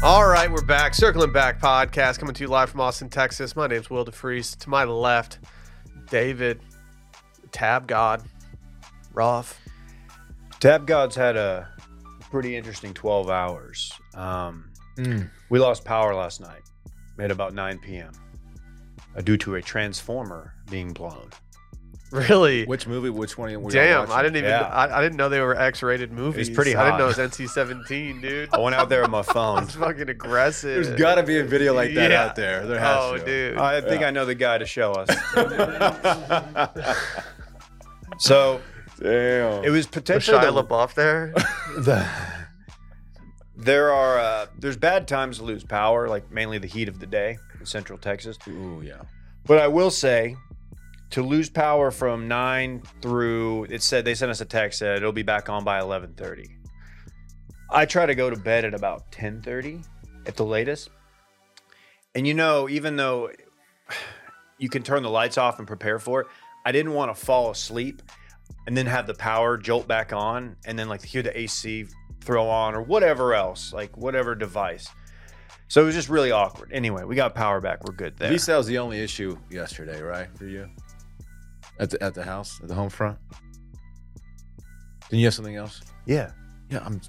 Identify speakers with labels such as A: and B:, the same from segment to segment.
A: All right, we're back. Circling Back podcast coming to you live from Austin, Texas. My name's Will DeFries. To my left, David, Tab God, Roth.
B: Tab God's had a pretty interesting 12 hours. Um, We lost power last night at about 9 p.m. uh, due to a transformer being blown.
A: Really?
C: Which movie? Which one? Were y'all
A: Damn,
C: watching?
A: I didn't even.
B: Yeah.
A: I, I didn't know they were X-rated movies.
B: pretty
A: I didn't
B: hot.
A: know it was NC-17, dude.
B: I went out there on my phone.
A: It's fucking aggressive.
C: There's got to be a video like that
A: Yeah.
C: out there. There has
A: Oh,
C: to.
A: dude.
B: I think I know the guy to show us. so it
C: Damn.
B: was
A: Was
B: potentially
A: Shia
B: the-
A: LaBeouf there?
B: the there are uh, there's bad times to lose power, like mainly the heat of the day in Central Texas.
C: Ooh, yeah.
B: But I will say, to lose power from nine through, it said they sent us a text said it'll be back on by eleven thirty. I try to go to bed at about ten thirty at the latest, and you know, even though you can turn the lights off and prepare for it, I didn't want to fall asleep and then have the power jolt back on, and then like hear the AC throw on or whatever else, like whatever device. So it was just really awkward. Anyway, we got power back. We're good there.
C: V Cell's the only issue yesterday, right? For you? At the at the house, at the home front? Didn't you have something else?
B: Yeah.
C: Yeah, I'm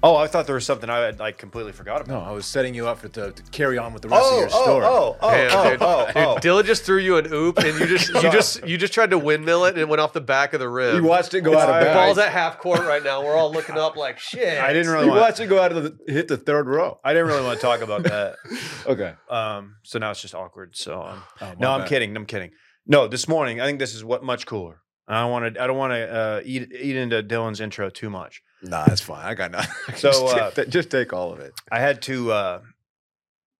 B: Oh, I thought there was something I had like completely forgot about.
C: no, I was setting you up for to, to carry on with the rest of your story.
B: oh,
A: Damn, dude. Dude, Dilla just threw you an oop, and you just you just you just tried to windmill it, and it went off the back of the rim.
C: You watched it go out of
A: the
C: bounds.
A: ball's at half court right now. We're all looking up like shit.
B: I didn't really
C: You
B: want.
C: watched it go out of the hit the third row.
B: I didn't really want to talk about that.
C: Okay.
B: Um, so now it's just awkward. So um,
C: Oh, my
B: no, I'm
C: bad.
B: kidding. I'm kidding. No, this morning I think this is what much cooler. And I want to. I don't want to uh, eat eat into Dylan's intro too much.
C: Nah, that's fine. I got nothing.
B: So,
C: just,
B: uh,
C: take, that- just take all of it.
B: I had to. Uh,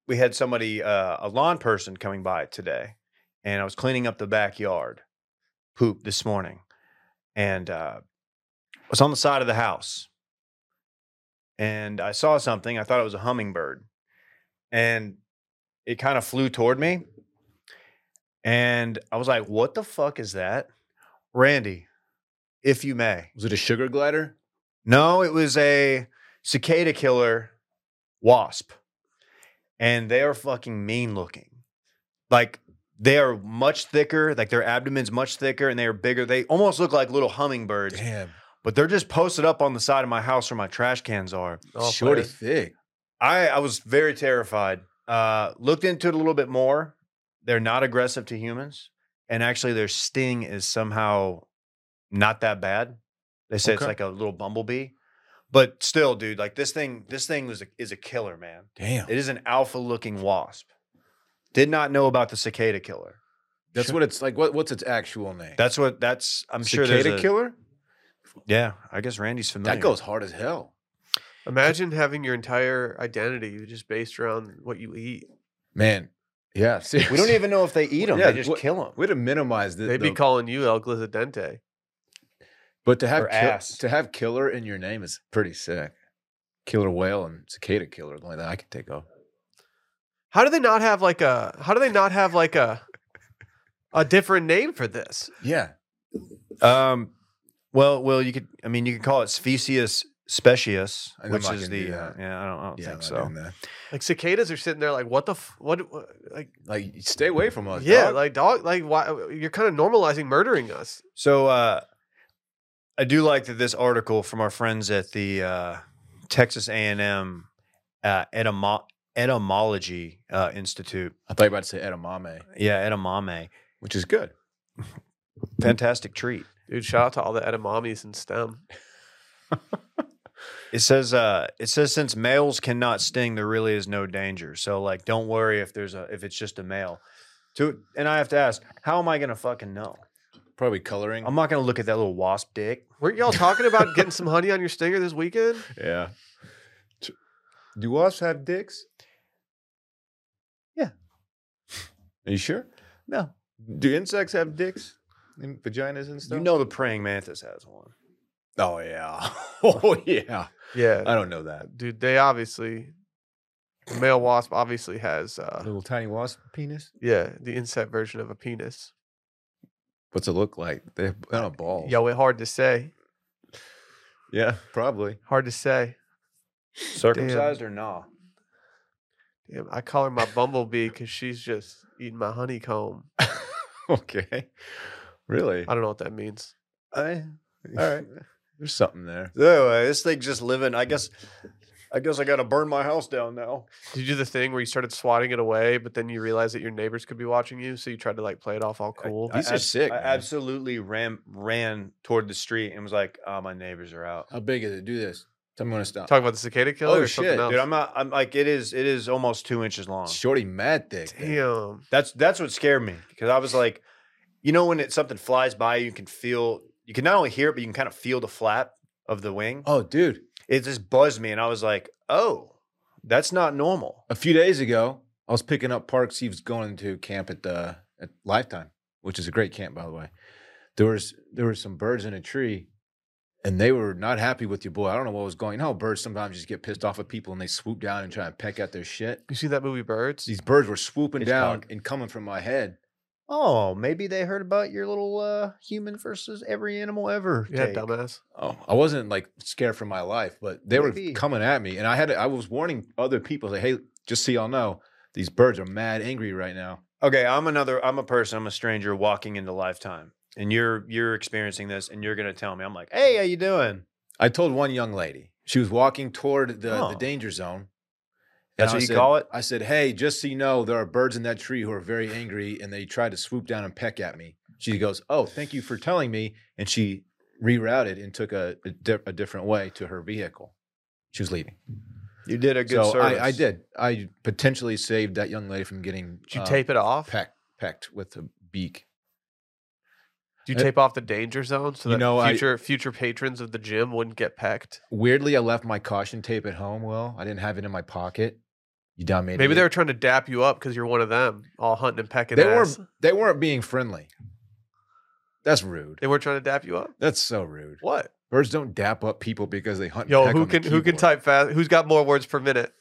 B: we had somebody, uh, a lawn person, coming by today, and I was cleaning up the backyard poop this morning, and uh, I was on the side of the house, and I saw something. I thought it was a hummingbird, and it kind of flew toward me, and I was like, "What the fuck is that, Randy?" If you may.
C: Was it a sugar glider?
B: No, it was a cicada killer wasp. And they are fucking mean looking. Like they are much thicker, like their abdomen's much thicker and they are bigger. They almost look like little hummingbirds,
C: Damn.
B: but they're just posted up on the side of my house where my trash cans are.
A: Oh,
C: Shorty
A: man.
C: thick.
B: I, I was very terrified. Uh, looked into it a little bit more. They're not aggressive to humans. And actually, their sting is somehow not that bad. They say it's
C: Okay.
B: like a little bumblebee. But still, dude, like this thing, this thing was a, is a killer, man.
C: Damn.
B: It is an alpha looking wasp. Did not know about the cicada killer.
C: That's what it's like. What, what's its actual name?
B: That's what that's I'm sure
C: Cicada
B: there's a,
C: killer?
B: Yeah, I guess Randy's familiar.
C: That goes hard as hell.
A: Imagine having your entire identity just based around what you eat.
C: Man. Yeah. Seriously.
B: We don't even know if they eat them.
C: Yeah,
B: they just
C: what-
B: kill them.
C: Way to minimize this.
A: They'd be calling you El Glizadente.
C: But to have
B: Or
C: kill-
B: ass.
C: to have killer in your name is pretty sick. Killer whale and cicada killer like that I could take off.
A: How do they not have like a? How do they not have like a? A different name for this.
C: Yeah.
B: Um, well, well, you could. I mean, you could call it Species specious,
C: I'm
B: which
C: not
B: is
C: gonna do
B: the. Uh,
C: that.
B: yeah, I don't, I don't
C: Yeah,
B: think
C: I'm not
B: so.
C: doing that.
A: Like cicadas are sitting there, like what the f- what, what like
C: Like you stay away from us.
A: yeah,
C: dog.
A: like dog, like why uh, you're kind of normalizing murdering us.
B: So, uh, I do like that this article from our friends at the uh, Texas A and M uh, Etymo- Etymology uh, Institute.
C: I thought you were about to say edamame,
B: Yeah, edamame,
C: which is good.
B: fantastic treat.
A: Dude, shout out to all the edamames in STEM.
B: It says, uh, it says since males cannot sting, there really is no danger. So, like, don't worry if there's a if it's just a male. To and I have to ask, how am I gonna fucking know?
C: Probably coloring.
B: I'm not gonna look at that little wasp dick.
A: Weren't y'all talking about getting some honey on your stinger this weekend?
C: yeah. T- Do wasps have dicks?
B: Yeah.
C: Are you sure?
B: No,
C: Do insects have dicks and vaginas and stuff?
B: you know the praying mantis has one.
C: Oh yeah. oh yeah.
A: Yeah,
C: I don't know that.
A: Uh, dude, they obviously the male wasp obviously has uh
C: Little tiny wasp penis.
A: yeah the insect version of a penis.
C: What's it look like? They have I don't know, balls.
A: Yo, it hard to say,
C: Yeah, probably.
A: hard to say.
B: Circumcised or not?
A: Damn, I call her my bumblebee because she's just eating my honeycomb.
C: okay. Really?
A: I don't know what that means.
B: I,
C: All right. There's something there.
B: Anyway, this thing just living. I guess. I guess I gotta burn my house down now.
A: Did you do the thing where you started swatting it away, but then you realized that your neighbors could be watching you, so you tried to like play it off all cool?
C: I- These are
B: abs-
C: sick,
B: I
C: man.
B: absolutely ran ran toward the street and was like, "Ah, "My neighbors are out."
C: How big is it? Do this. Tell me when to stop.
A: Talking about the cicada killer
C: Oh,
A: or something
C: shit,
A: else?
B: Dude, I'm not. I'm like, it is. It is almost two inches long.
C: Shorty mad thick. dude.
A: Damn.
B: That's that's what scared me because I was like, you know, when it, something flies by, you can feel. You can not only hear it, but you can kind of feel the flap of the wing.
C: Oh, dude.
B: It just buzzed me, and I was like, "Oh, that's not normal."
C: A few days ago, I was picking up Parks. He was going to camp at the at Lifetime, which is a great camp, by the way. There was there were some birds in a tree, and they were not happy with your boy. I don't know what was going. You know how birds sometimes just get pissed off at people and they swoop down and try and peck at their shit.
A: You seen that movie Birds?
C: These birds were swooping down
B: Hitchcock.
C: and coming for my head.
B: Oh, maybe they heard about your little uh, human versus every animal ever.
A: Yeah,
B: take.
A: dumbass.
C: Oh, I wasn't like scared for my life, but they
B: Maybe.
C: were coming at me, and I had to, I was warning other people, like, hey, just so y'all know, these birds are mad angry right now.
B: okay i'm another i'm a person i'm a stranger walking into lifetime and you're you're experiencing this and you're gonna tell me i'm like hey how you doing
C: I told one young lady she was walking toward the,
B: Oh.
C: the danger zone. and
B: That's
C: I
B: what you
C: said-
B: call it?
C: I said, hey, just so you know, there are birds in that tree who are very angry, and they tried to swoop down and peck at me. She goes, oh, thank you for telling me, and she rerouted and took a a, di- a different way to her vehicle. She was leaving.
B: you did a good
C: so
B: service
C: I, I did. I potentially saved that young lady from getting
A: Did you
C: uh,
A: tape it off?
C: peck, pecked with a beak.
A: Did
C: I-
A: you tape off the danger zone so
C: uh, You
A: that
C: know, I-
A: future future patrons of the gym wouldn't get pecked?
C: Weirdly, I left my caution tape at home. Well, I didn't have it in my pocket. You dumb idiot.
A: Maybe they were trying to dap you up because you're one of them, all hunting and pecking.
C: they
A: ass.
C: weren't they weren't being friendly. That's rude.
A: They weren't trying to dap you up.
C: That's so rude.
A: What?
C: Birds don't dap up people because they hunt. and
A: Yo,
C: peck
A: who
C: on the
A: can who can
C: keyboard.
A: type fast? Who's got more words per minute?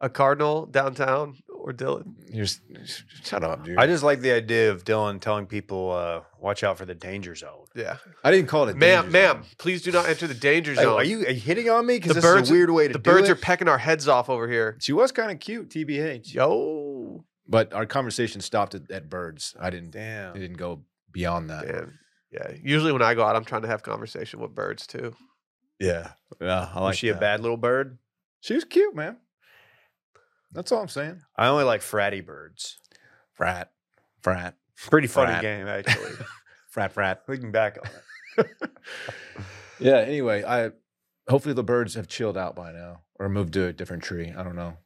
A: A cardinal downtown or Dylan?
C: You're, s- sh- shut up, dude.
B: I
C: I,
B: just like the idea of dylan telling people uh, watch out for the danger zone
A: Yeah,
C: didn't call it a
A: ma'am,
C: danger
A: ma'am,
C: zone.
A: please do not enter the danger
B: Hey,
A: zone.
B: are, you, are you hitting on me
A: The
B: because this
A: birds-
B: is a weird way to
A: The
B: do
A: birds are
B: it.
A: pecking our heads off over here.
C: She was kind of cute, tbh.
A: Yo,
C: But our conversation stopped at, at birds. I didn't. It
B: damn
C: didn't go beyond that.
A: damn. Yeah. Usually when I go out, I'm trying to have conversation with birds too.
C: Yeah. Yeah. I
B: was she a bad little bird
C: She was cute, man. That's all I'm saying.
B: i only like fratty birds
C: Frat, frat,
B: pretty funny
C: Frat.
B: game actually
C: frat, frat.
B: looking back on it
C: Yeah. Anyway, I hopefully the birds have chilled out by now or moved to a different tree. I don't know.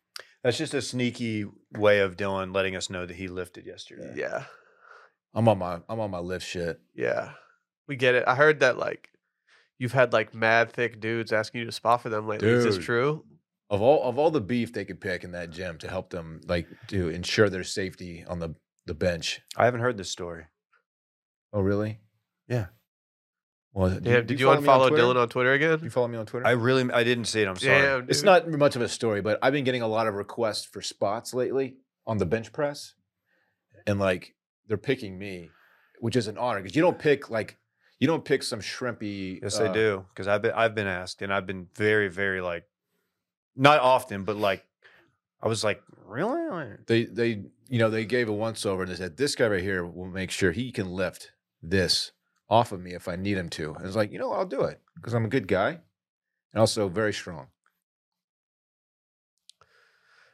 B: that's just a sneaky way of dylan letting us know that he lifted yesterday
A: Yeah,
C: I'm on my I'm on my lift shit.
A: yeah. We get it. I heard that like you've had like mad thick dudes asking you to spot for them lately. Is
C: Dude.
A: this true?
C: Of all of all the beef they could pick in that gym to help them like to ensure their safety on the the bench.
B: i haven't heard this story
C: Oh really?
B: Yeah.
C: Well, do-
A: Damn,
C: do
A: did you,
C: follow me on
A: unfollow
C: Twitter?
A: Dylan on Twitter
C: Do you
A: again?
C: follow me on Twitter?
B: I really I didn't see it. I'm sorry.
A: Damn,
C: It's
A: dude.
C: not much of a story, but I've been getting a lot of requests for spots lately on the bench press. And like they're picking me, which is an honor because you don't pick like you don't pick some shrimpy.
B: Yes,
C: uh,
B: I do because I've been I've been asked and I've been very very like not often, but like I was like really Like,
C: They they you know they gave a once over and they said this guy right here will make sure he can lift this off of me if I need him to. And it's like you know I'll do it because I'm a good guy and also very strong.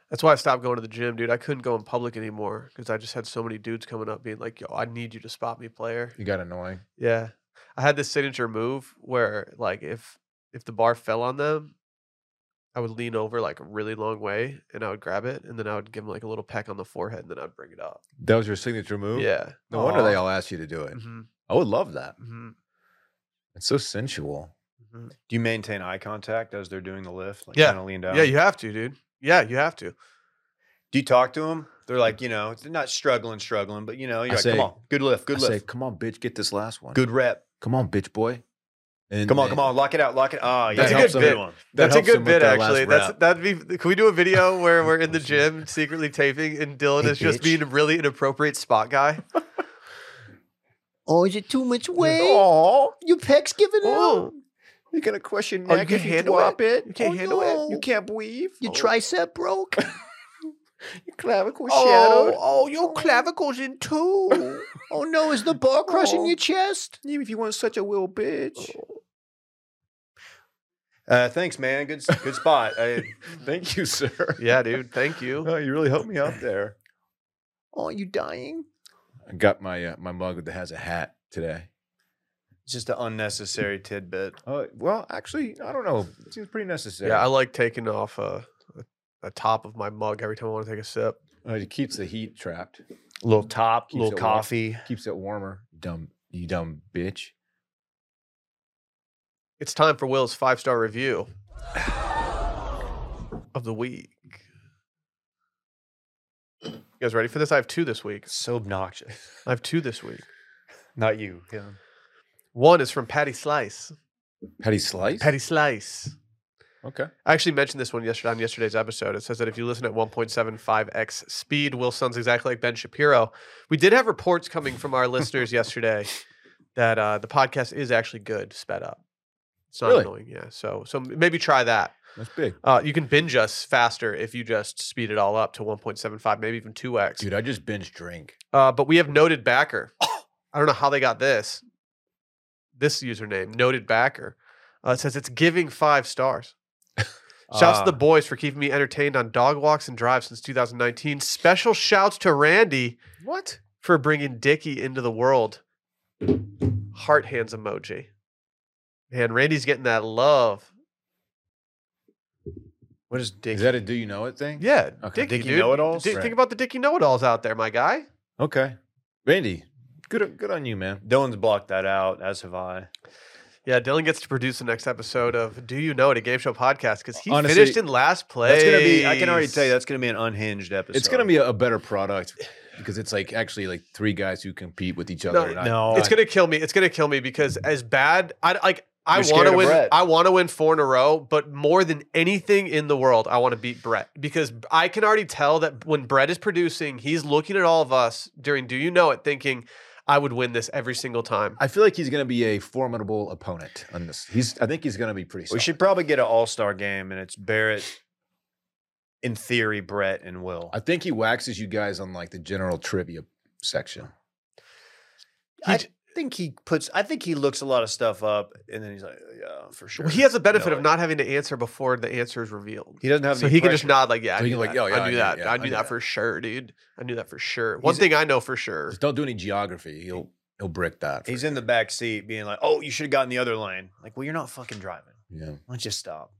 A: That's why I stopped going to the gym, dude. I couldn't go in public anymore because I just had so many dudes coming up being like, "Yo, I need you to spot me, player."
C: You got annoying.
A: Yeah. I had this signature move where like if if the bar fell on them, I would lean over like a really long way and I would grab it and then I would give them like a little peck on the forehead and then I'd bring it up.
C: That was your signature move.
A: Yeah.
C: No wonder they
B: Aw.
C: all asked you to do it.
A: hmm
C: I would love that.
A: hmm
C: It's so sensual.
A: hmm
B: Do you maintain eye contact as they're doing the lift? Like
A: Yeah.
B: kind of lean down.
A: Yeah, you have to, dude. Yeah, you have to.
B: Do you talk to them? They're like you know they're not struggling struggling, but you know you're
C: I
B: like
C: say-
B: come on good lift good
C: I
B: lift
C: say, come on, bitch, get this last one.
B: good rep
C: Come on, bitch boy. And
B: come on
C: they-
B: come on lock it out lock it ah yeah
A: That's a
B: that's
A: good
B: a
A: bit.
B: good one.
C: that
A: That's a
C: helps them
A: good
C: with
A: bit,
C: their last
A: actually. That's
C: rep.
A: that'd be. Can we do a video where we're in the gym secretly taping and Dylan
C: Hey,
A: is just
C: bitch.
A: being a really inappropriate spot guy?
D: Oh, is it too much weight?
C: Aw,
D: Your pecs giving
A: Oh,
D: out?
C: you're gonna question
A: Oh, you
C: neck
A: can
C: if you
A: handle
C: drop it. Oh,
A: You can't handle it.
D: no.
C: You can't believe.
D: Your tricep broke? Your clavicle
A: Oh,
D: shadowed.
A: oh, your clavicle's in two.
D: Oh no, is the bar crushing
A: Oh.
D: your chest?
A: if you want such a little bitch.
B: Uh, thanks, man. Good, s- good spot.
D: Oh.
B: I,
C: Thank you, sir.
A: Yeah, dude. Thank you.
B: you really helped me out there.
D: Oh, you dying?
C: I got my uh, my mug that has a hat today.
B: It's just an unnecessary tidbit.
C: Uh, well, actually, I don't know. It seems pretty necessary.
A: Yeah, I like taking off uh, a, a top of my mug every time I want to take a sip.
C: Uh, it keeps the heat trapped.
B: Little top,
C: Keeps
B: little
C: it warm.
B: coffee.
C: Keeps it warmer. Dumb, you dumb bitch.
A: It's time for Will's five star review of the week. You guys ready for this? I have two this week.
B: So obnoxious.
A: I have two this week.
B: Not you. Him.
A: One is from Patty Slice.
C: Patty slice.
A: Patty Slice.
C: Okay.
A: I actually mentioned this one yesterday on yesterday's episode. It says that if you listen at 1.75x speed, Will sounds exactly like Ben Shapiro. We did have reports coming from our listeners yesterday that uh, the podcast is actually good sped up. It's not
C: Really?
A: annoying, yeah. So, so maybe try that.
C: That's big,
A: Uh, you can binge us faster if you just speed it all up to 1.75, maybe even 2x.
C: dude. I just binge drink.
A: Uh, but we have noted backer. I don't know how they got this. This username, noted backer, uh, it says it's giving five stars. Shouts to the
B: Ah.
A: boys for keeping me entertained on dog walks and drives since 2019. Special shouts to Randy
C: What?
A: for bringing Dickie into the world. Heart hands emoji. Man, Randy's getting that love.
B: What is Dick?
C: Is that a do you know it thing?
A: Yeah,
C: Okay.
A: Dickie,
B: Dickie
A: dude.
B: know-it-alls?
A: Di-
C: Right.
A: Think about the Dickie know-it-alls out there, my guy.
C: Okay. Randy, good good on you, man.
B: Dylan's blocked that out, as have I.
A: Yeah, Dylan gets to produce the next episode of Do You Know It, a game show podcast, because he
C: Honestly,
A: finished in last place.
B: That's gonna be. I can already tell you that's gonna be an unhinged episode.
C: It's gonna be a, a better product because it's like actually like three guys who compete with each
A: No,
C: other. not-
B: no.
A: It's gonna kill me. It's gonna kill me because as bad, I like. I
B: You're
A: want
B: scared
A: to
B: of
A: win.
B: Brett.
A: I want to win four in a row, but more than anything in the world, I want to beat Brett because I can already tell that when Brett is producing, he's looking at all of us during Do You Know It, thinking, "I would win this every single time."
C: I feel like he's gonna be a formidable opponent on this. He's I think he's gonna be pretty.
B: We
C: Solid.
B: should probably get an All Star game, and it's Barrett, in theory, Brett and Will.
C: I think he waxes you guys on like the general trivia section.
B: I
A: d-
B: think he puts. I think he looks a lot of stuff up, and then he's like, "Yeah, for sure."
A: Well, he has the benefit
B: No,
A: of not having to answer before the answer is revealed.
B: He doesn't have.
A: so
B: any
A: he can just
B: pressure.
A: nod like, yeah, I
C: So he
A: knew,
C: can like,
A: that.
C: "Oh, yeah,
A: I knew that. I knew, that, for sure, dude. I knew that for sure. One
B: He's-
A: thing I know for sure.
C: Just don't do any geography. He'll he'll brick that. for
B: He's
C: you.
B: in the back seat, being like, "Oh, you should have gotten the other lane." Like, well, you're not fucking driving.
C: Yeah.
B: Why don't you stop?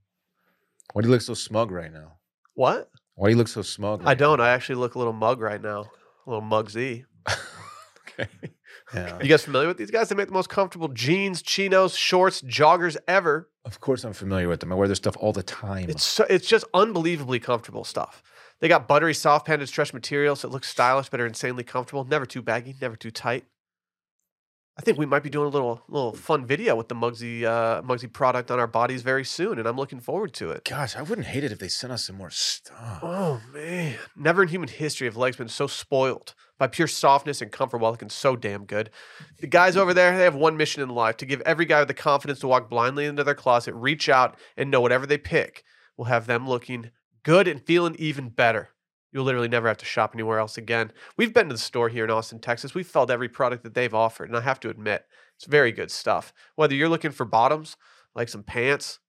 C: Why do you look so smug right now?
A: What?
C: Why do you look so smug?
A: I don't. I actually look a little mug right now. A little mug Z.
C: I, okay.
B: Yeah.
A: You guys familiar with these guys? They make the most comfortable jeans, chinos, shorts, joggers ever.
C: Of course, I'm familiar with them. I wear their stuff all the time.
A: It's so, it's just unbelievably comfortable stuff. They got buttery, soft padded stretch materials that look stylish but are insanely comfortable. Never too baggy, never too tight. I think we might be doing a little little fun video with the Mugsy uh, Mugsy product on our bodies very soon, and I'm looking forward to it.
C: Gosh, I wouldn't hate it if they sent us some more stuff.
A: Oh man. Never in human history have legs been so spoiled by pure softness and comfort while looking so damn good. The guys over there, they have one mission in life to give every guy the confidence to walk blindly into their closet, reach out, and know whatever they pick will have them looking good and feeling even better. You'll literally never have to shop anywhere else again. We've been to the store here in Austin, Texas. We've felt every product that they've offered, and I have to admit, it's very good stuff. Whether you're looking for bottoms, like some pants,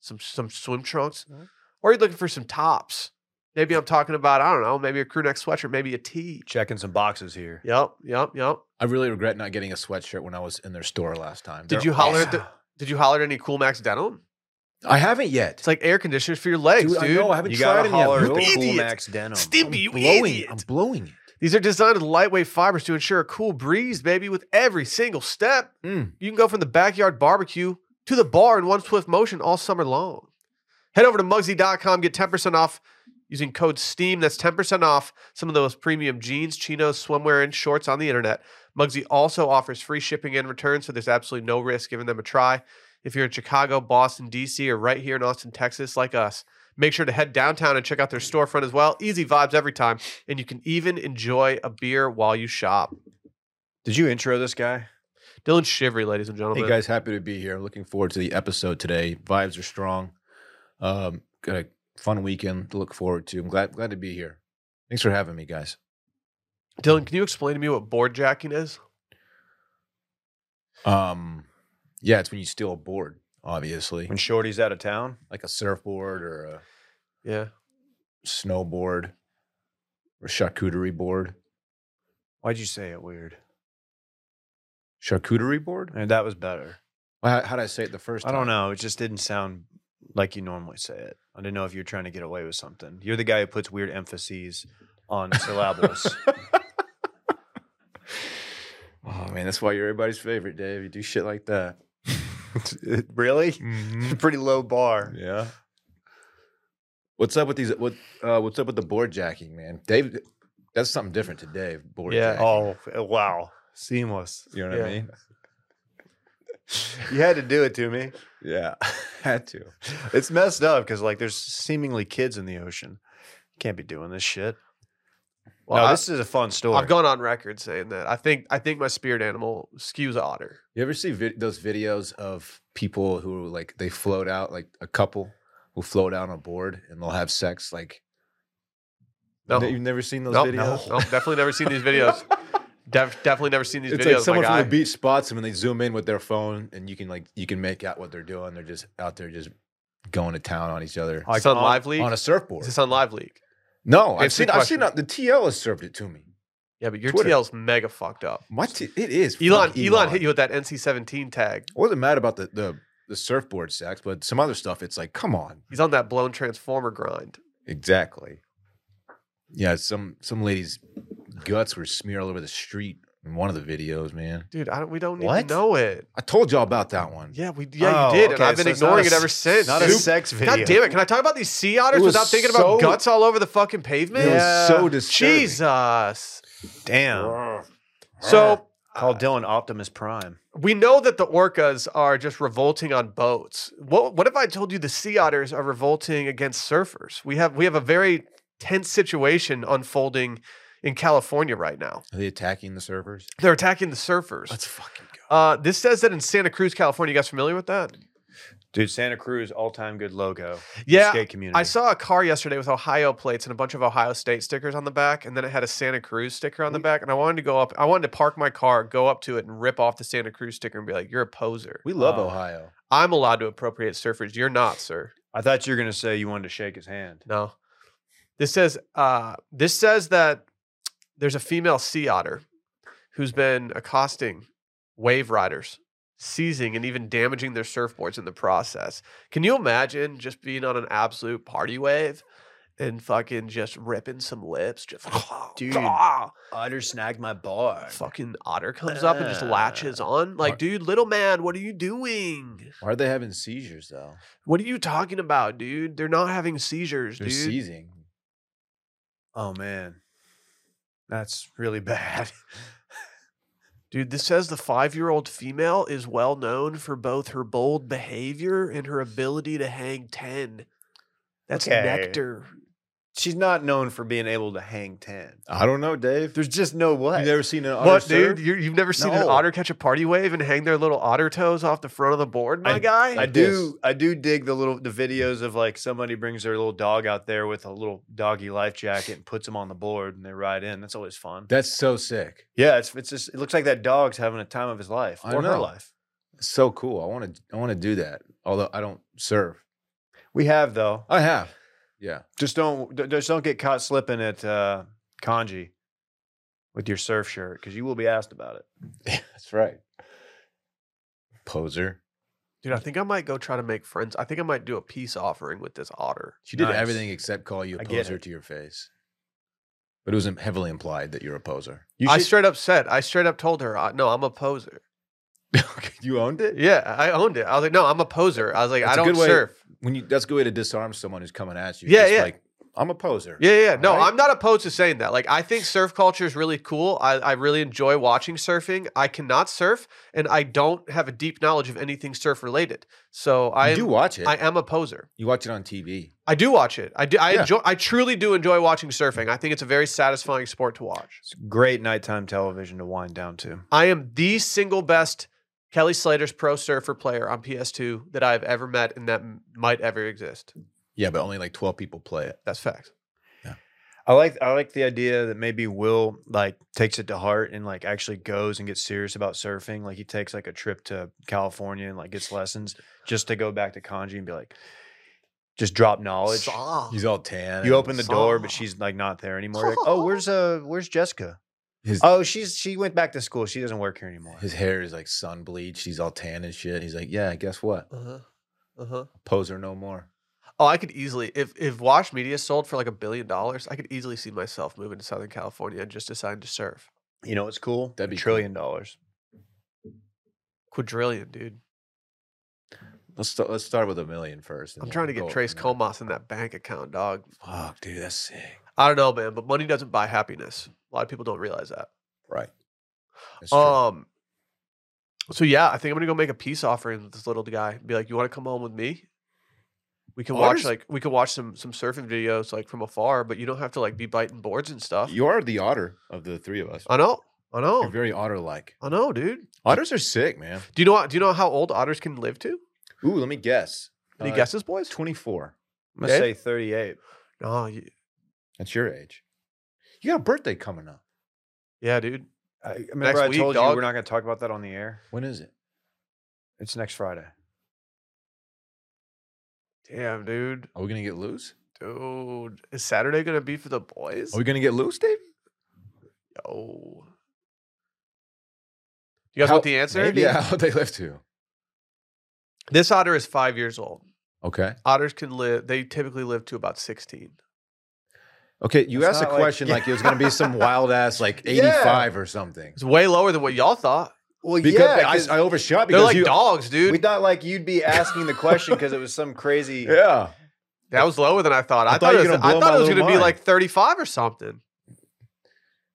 A: some some swim trunks,
C: Mm-hmm.
A: or you're looking for some tops. Maybe I'm talking about, I don't know, maybe a crew neck sweatshirt, maybe a tee.
B: Checking some boxes here.
A: Yep, yep, yep.
C: I really regret not getting a sweatshirt when I was in their store last time.
A: Did
C: They're
A: you holler at
C: awesome.
A: the did you holler at any Cool Max denim?
C: I haven't yet.
A: It's like air conditioners for your legs, dude.
C: I know. I haven't
B: You gotta
C: tried it yet.
B: holler
C: I'm
B: at the Cool
A: idiot.
B: Max Denim.
A: Stimpy, you
C: blowing.
A: idiot.
C: I'm blowing it.
A: These are designed with lightweight fibers to ensure a cool breeze, baby, with every single step.
C: Mm.
A: You can go from the backyard barbecue to the bar in one swift motion all summer long. Head over to mugsy.com, get 10% off using code STEAM. That's 10% off some of those premium jeans, chinos, swimwear, and shorts on the internet. Mugsy also offers free shipping and returns, so there's absolutely no risk giving them a try. If you're in Chicago, Boston, DC, or right here in Austin, Texas, like us, make sure to head downtown and check out their storefront as well. Easy vibes every time. And you can even enjoy a beer while you shop.
B: Did you intro this guy?
A: Dylan Shivery, ladies and gentlemen.
C: Hey guys, happy to be here. Looking forward to the episode today. Vibes are strong. Um, got a fun weekend to look forward to. I'm glad glad to be here. Thanks for having me, guys.
A: Dylan, can you explain to me what board jacking is?
C: Um, yeah, it's when you steal a board, obviously,
B: When Shorty's out of town,
C: like a surfboard or a
A: Yeah.
C: snowboard or charcuterie board.
B: why'd you say it weird?
C: Charcuterie board?
B: And that was better.
C: How, how did I say it the first
B: I
C: time?
B: don't know. It just didn't sound like you normally say it. I didn't know if you were trying to get away with something. You're the guy who puts weird emphases on syllables.
C: Oh man, that's why you're everybody's favorite, Dave. You do shit like that.
B: really?
A: Mm-hmm.
B: Pretty low bar.
C: Yeah. What's up with these? What uh, What's up with the board jacking, man? Dave, that's something different to Dave. Board
A: Yeah.
C: jacking.
B: Oh wow, seamless.
C: you know
A: yeah.
C: mean?
B: You had to do it to me.
C: Yeah, had to.
B: It's messed up because like there's seemingly kids in the ocean. Can't be doing this shit.
A: Well,
B: no,
A: I,
B: this is a fun story.
A: I've gone on record saying that. I think I think my spirit animal skews otter.
C: You ever see vid- those videos of people who like they float out, like a couple will float out on a board and they'll have sex? Like,
A: No.
C: you've never seen those
A: Nope,
C: videos?
A: nope, definitely never seen these videos. Def, definitely never seen these
C: It's
A: videos.
C: like someone
A: my
C: from
A: guy.
C: the beach spots them and they zoom in with their phone, and you can like you can make out what they're doing. They're just out there, just going to town on each other
A: Is this on
B: on-
A: live league.
C: on a surfboard.
A: Is this on live league?
C: No, I've
A: Answer
C: seen.
A: the
C: I've seen uh,
A: question.
C: the TL has served it to me.
A: Yeah, but your
C: Twitter.
A: TL's mega fucked up.
C: My t- it is
A: Elon,
C: fuck
A: Elon hit you with that NC17 tag.
C: I wasn't mad about the the the surfboard sex, but some other stuff. It's like, come on,
A: He's on that blown transformer grind.
C: exactly. Yeah, some some lady's guts were smeared all over the street in one of the videos. Man,
A: Dude, I don't, we don't need
B: What?
A: to know it.
C: I told y'all about that one.
A: Yeah, we yeah,
B: Oh,
A: you did. and
B: okay,
A: I've been
B: so it's not
A: ignoring
B: a
A: it ever
B: s-
A: since.
B: Not a
A: dude.
B: sex video.
A: God damn it. Can I talk about these sea otters
C: was
A: without thinking about
C: so-
A: guts all over the fucking pavement?
C: It was
B: Yeah.
C: so disturbing.
A: Jesus.
B: Damn.
A: So
B: Call Dylan Optimus Prime.
A: we know that the orcas are just revolting on boats. What what if I told you the sea otters are revolting against surfers? We have we have a very tense situation unfolding in California right now.
C: Are they attacking the servers?
A: They're attacking the surfers.
C: Let's fucking go.
A: Uh, this says that in Santa Cruz, California. You guys familiar with that?
B: Dude, Santa Cruz, all time good logo.
A: Yeah,
B: Skate community.
A: I saw a car yesterday with Ohio plates and a bunch of Ohio State stickers on the back, and then it had a Santa Cruz sticker on the back. And I wanted to go up, I wanted to park my car, go up to it, and rip off the Santa Cruz sticker and be like, "You're a poser.
C: We love
B: Oh.
C: Ohio.
A: I'm allowed to appropriate surfers. You're not, sir.
B: I thought you were gonna say you wanted to shake his hand.
A: No." This says, uh, this says that there's a female sea otter who's been accosting wave riders, seizing and even damaging their surfboards in the process. Can you imagine just being on an absolute party wave and fucking just ripping some lips? Just
B: Dude. Otter snagged my bar.
A: fucking otter comes up and just latches on.
C: Ar-
A: Like, dude, little man, what are you doing?
C: Why are they having seizures though?
A: What are you talking about, dude? They're not having seizures,
C: They're
A: dude.
C: seizing.
B: Oh man. That's really bad.
A: Dude, this says the five year old female is well known for both her bold behavior and her ability to hang 10. That's
B: Okay.
A: nectar.
B: She's not known for being able to hang ten.
C: I don't know, Dave.
B: There's just no way.
C: You never seen an otter
A: What,
C: surf?
A: dude? You, you've never seen an
B: No.
A: otter catch a party wave and hang their little otter toes off the front of the board, my guy?
B: I
C: Like
B: do I do dig the little the videos of like somebody brings their little dog out there with a little doggy life jacket and puts them on the board and they ride in. That's always fun.
C: That's so sick.
B: Yeah, it's it's just it looks like that dog's having a time of his life
C: I
B: or her
C: know.
B: life.
C: So cool. I want to. I want to do that. Although I don't serve.
B: We have though.
C: I have. Yeah.
B: Just don't d- just don't get caught slipping at uh kanji with your surf shirt because you will be asked about it.
C: That's right. Poser.
A: Dude, I think I might go try to make friends. I think I might do a peace offering with this otter.
C: She did
B: Nice.
C: everything except call you a
B: I get
C: poser
B: it.
C: to your face. But it was im- heavily implied that you're a poser.
B: You
A: I
B: should,
A: straight up said, I straight up told her, uh, no, I'm a poser.
C: Okay, you owned it.
A: Yeah, I owned it. I was like, no, I'm a poser. I was like,
C: That's
A: I
C: a
A: don't
C: good way-
A: surf.
C: When you, that's a good way to disarm someone who's coming at you.
A: Yeah,
C: Just
A: yeah.
C: Like I'm a poser.
A: Yeah, yeah. yeah. No,
C: All right.
A: I'm not opposed to saying that. Like, I think surf culture is really cool. I, I really enjoy watching surfing. I cannot surf, and I don't have a deep knowledge of anything surf related. So I
C: you do watch it.
A: I am a poser.
C: you watch it on TV.
A: I do watch it. I do. I
C: Yeah.
A: enjoy. I truly do enjoy watching surfing. I think it's a very satisfying sport to watch.
B: it's great nighttime television to wind down to.
A: I am the single best Kelly Slater's pro surfer player on PS2 that I've ever met, and that m- might ever exist.
C: Yeah, but only like 12 people play it.
A: That's fact.
B: I like I like the idea that maybe Will like takes it to heart and like actually goes and gets serious about surfing. Like he takes like a trip to California and like gets lessons just to go back to kanji and be like, just drop knowledge.
A: Saw.
C: He's all tan.
B: You open the door, but
A: Saw.
B: she's like not there anymore. You're like, oh, where's uh, where's Jessica?
C: His-
B: oh, she's she went back to school. She doesn't work here anymore.
C: His hair is like sun bleached. He's all tan and shit. He's like, yeah, guess what?
A: Uh-huh. Uh-huh.
C: Poser no more.
A: Oh, I could easily if if Wash Media sold for like a billion dollars, I could easily see myself moving to Southern California and just deciding to surf.
B: You know, it's cool. A
C: That'd be cool.
B: trillion dollars.
A: Quadrillion, dude.
C: Let's start. Let's start with a million first. and
A: I'm
C: then
A: trying to
C: go
A: get
C: from
A: Trace
C: there.
A: Comas in that bank account, dog.
C: Fuck, dude, that's sick.
A: I don't know, man, but money doesn't buy happiness. A lot of people don't realize that.
C: Right. That's true.
A: Um. So yeah, I think I'm gonna go make a peace offering with this little guy. and Be like, you want to come home with me? We can watch
C: Otters-
A: like we can watch some some surfing videos like from afar, but you don't have to like be biting boards and stuff.
C: you are the otter of the three of us.
A: I know, I
C: You're
A: know,
C: very otter-like.
A: I know, dude.
C: Otters are sick, man.
A: Do you know what? Do you know how old otters can live to?
C: Ooh, let me guess.
A: Any
C: Uh,
A: guesses, boys?
C: Twenty-four.
B: I'm gonna
A: Dave?
B: say thirty-eight.
A: No, you,
C: That's your age. You got a birthday coming up.
A: yeah, dude.
B: I remember I
A: week,
B: told you
A: dog.
B: we're not going to talk about that on the air.
C: When is it?
B: It's next Friday.
A: Damn, dude,
C: Are we gonna get loose?
A: dude. Is Saturday gonna be for the boys?
C: Are we gonna get loose, Dave?
A: Yo. You guys
C: How-
A: want the answer?
C: Yeah, how Oh, they live to.
A: This otter is five years old.
C: Okay.
A: Otters can live. They typically live to about sixteen.
C: Okay. You
B: It's
C: asked a
B: not like-
C: question like, it was gonna be some wild ass like
B: Yeah.
C: eighty-five or something.
A: It's way lower than what y'all thought.
B: Well,
C: Because I, I overshot because
A: They're like
C: you.
A: dogs, dude.
B: we thought like you'd be asking the question because it was some crazy.
C: yeah.
A: that was lower than I thought. I,
C: I
A: thought,
C: thought you
A: it
C: were
A: was,
C: gonna
A: I
C: blow
A: thought
C: my
A: it was
C: little
A: going to be
C: mind.
A: like thirty-five or something.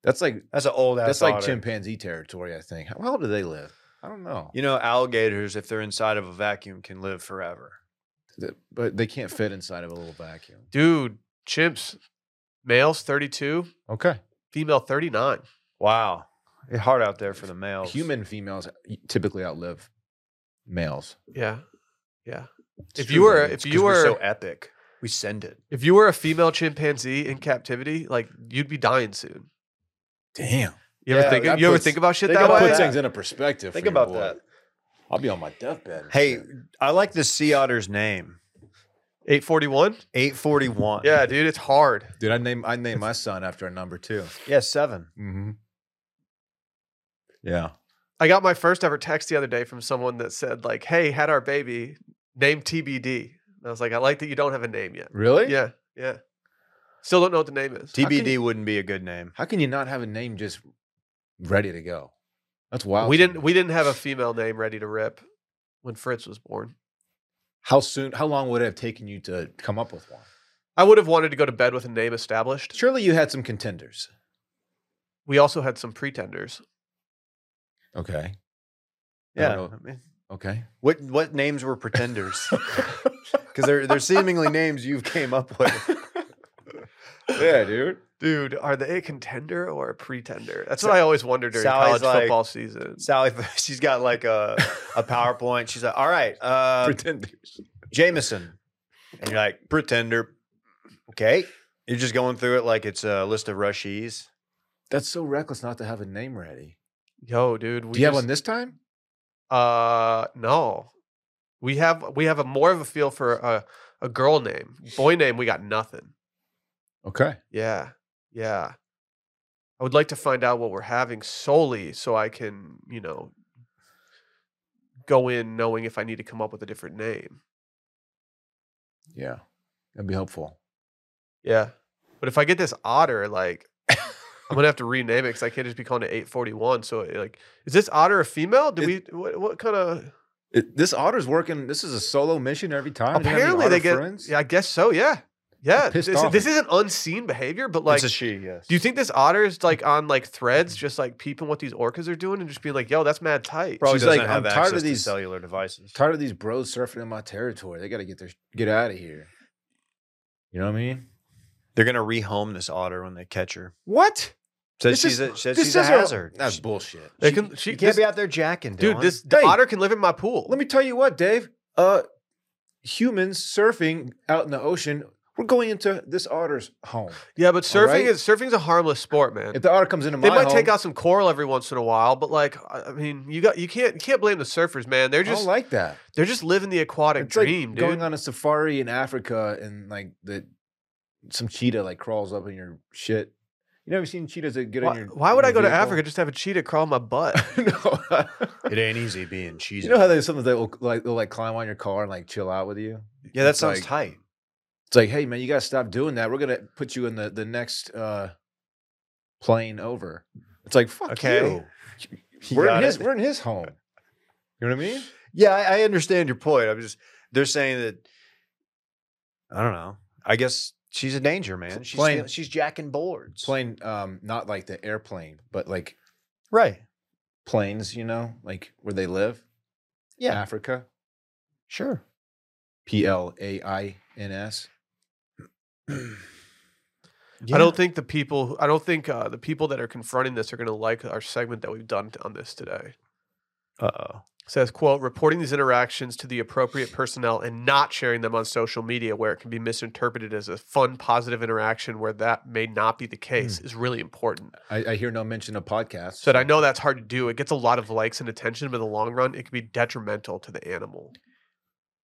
C: That's like
B: That's an old ass.
C: that's like
B: otter.
C: chimpanzee territory. I think. How old do they live? I don't know.
B: You know, alligators, if they're inside of a vacuum, can live forever.
C: Th- But they can't fit inside of a little vacuum.
A: Dude, chimps, males thirty-two,
C: Okay.
A: female thirty-nine.
B: Wow, it's hard out there for the males.
C: Human females typically outlive males.
A: Yeah, yeah.
C: It's
A: if
C: true,
A: you were, if
C: man.
B: 'Cause
A: you
B: we're
A: were,
B: so epic, we send it.
A: if you were a female chimpanzee in captivity, like you'd be dying soon.
C: Damn.
A: You ever
B: Yeah,
A: think?
C: that
A: You ever
C: puts-
A: think about shit
B: think
A: that
B: about
A: way?
C: Put
B: that.
C: things into perspective.
B: Think
C: for your
B: about
C: boy.
B: that.
C: I'll be on my deathbed. and
B: Hey,
C: shit.
B: I like the sea otter's name,
A: Eight forty-one.
B: eight forty one.
A: Yeah, dude, it's hard.
C: dude, I name I named my son after a number too.
B: yeah, seven.
C: Mm-hmm. Yeah.
A: I got my first ever text the other day from someone that said like, "Hey, had our baby, name TBD." And I was like, "I like that you don't have a name yet."
C: Really?
A: Yeah, yeah. Still don't know what the name is. How can
B: TBD wouldn't be a good name.
C: How can you not have a name just ready to go? That's
A: you-
C: wild.
A: We
C: to
A: didn't.
C: me.
A: We didn't have a female name ready to rip when Fritz was born.
C: How soon? How long would it have taken you to come up with one?
A: I would have wanted to go to bed with a name established.
C: Surely you had some contenders.
A: We also had some pretenders.
C: Okay. I
B: Yeah.
C: don't know.
B: I mean,
C: Okay.
B: what what names were pretenders? Because they're they're seemingly names you've came up with.
C: yeah, dude.
A: Dude, are they a contender or a pretender? That's what I always wonder during
B: Sally's
A: college
B: like-
A: football season.
B: Sally, she's got like a a PowerPoint. She's like, all right,
C: Um,
B: uh,
C: Pretenders.
B: Jameson. And you're like, pretender. Okay. You're just going through it like it's a list of rushies.
C: That's so reckless not to have a name ready.
A: Yo, dude, we
C: Do you have
A: just-
C: one this time?
A: Uh, no. We have we have a more of a feel for a a girl name. Boy name, we got nothing.
C: Okay.
A: Yeah. Yeah. I would like to find out what we're having solely so I can, you know, go in knowing if I need to come up with a different name.
C: Yeah. That'd be helpful.
A: Yeah. But if I get this otter, like I'm gonna have to rename it because I can't just be calling it 841. So like, is this otter a female? Do we what, what kind of
C: It, this otter's working. This is a solo mission every time. Do you have any
A: apparently they
C: otter
A: get
C: friends?
A: yeah i guess so yeah yeah
C: pissed
A: this,
C: off.
A: this isn't unseen behavior but
B: Like,
A: like
B: it's a she, yes.
A: do you think this otter is like on like threads just like peeping what these orcas are doing and just being like yo that's mad tight
B: Probably
C: She's
B: doesn't
C: like,
B: have
C: I'm
B: access
C: tired of
B: to
C: these-
B: cellular devices.
C: Tired of these bros surfing in my territory. They got to get their sh- get out of here. You know what I mean?
B: They're going to rehome this otter when they catch her.
C: What?
B: Says
C: This
B: she's
C: is-
B: a, says
C: this
B: she's a
C: is a-
B: hazard.
C: That's
B: She-
C: bullshit.
A: They can- she-
B: you can't
A: this-
B: be out there jacking,
A: dude
B: Dylan.
A: this the
C: Dave.
A: otter can live in my pool
C: Let me tell you what, Dave. Uh, humans surfing out in the ocean We're going into this otter's home.
A: Yeah, but surfing
C: right?
A: is surfing's a harmless sport, man.
C: If the otter comes into my
A: they might
C: home,
A: take out some coral every once in a while, but like I I mean, you got you can't you can't blame the surfers, man. They're
C: I
A: just
C: don't like that.
A: they're just living the aquatic
C: It's like
A: dream, dude.
C: going on a safari in Africa and like the some cheetah like crawls up in your shit. You never seen cheetahs that get
A: why,
C: on your.
A: why
C: in
A: would
C: your
A: I go to
C: vehicle?
A: Africa just to have a cheetah crawl my butt?
C: no,
B: It ain't easy being cheesy.
C: you know how there's something that will like they'll like climb on your car and like chill out with you.
B: yeah, that
C: it's
B: sounds
C: like-
B: tight.
C: It's like, hey man, you gotta stop doing that. We're gonna put you in the the next uh plane over. It's like fuck
A: Okay.
C: you.
B: You
C: We're in
B: got
C: his
B: it.
C: we're in his home. You know what I mean?
B: Yeah, I, I understand your point. I'm just they're saying that I don't know. I guess she's a danger, man. She's
C: Plane.
B: steal- she's jacking boards.
C: Plane, um, not like the airplane, but like
B: Right.
C: planes. You know, like where they live.
B: Yeah.
C: Africa.
B: Sure.
C: P L A I N S.
A: I don't think the people who- I don't think uh, the people that are confronting this are going to like our segment that we've done on this today.
B: Uh-oh.
A: says quote reporting these interactions to the appropriate personnel and not sharing them on social media where it can be misinterpreted as a fun positive interaction where that may not be the
C: Hmm.
A: case is really important
C: I, I hear no mention of podcasts.
A: said i know that's hard to do it gets a lot of likes and attention but in the long run it can be detrimental to the animal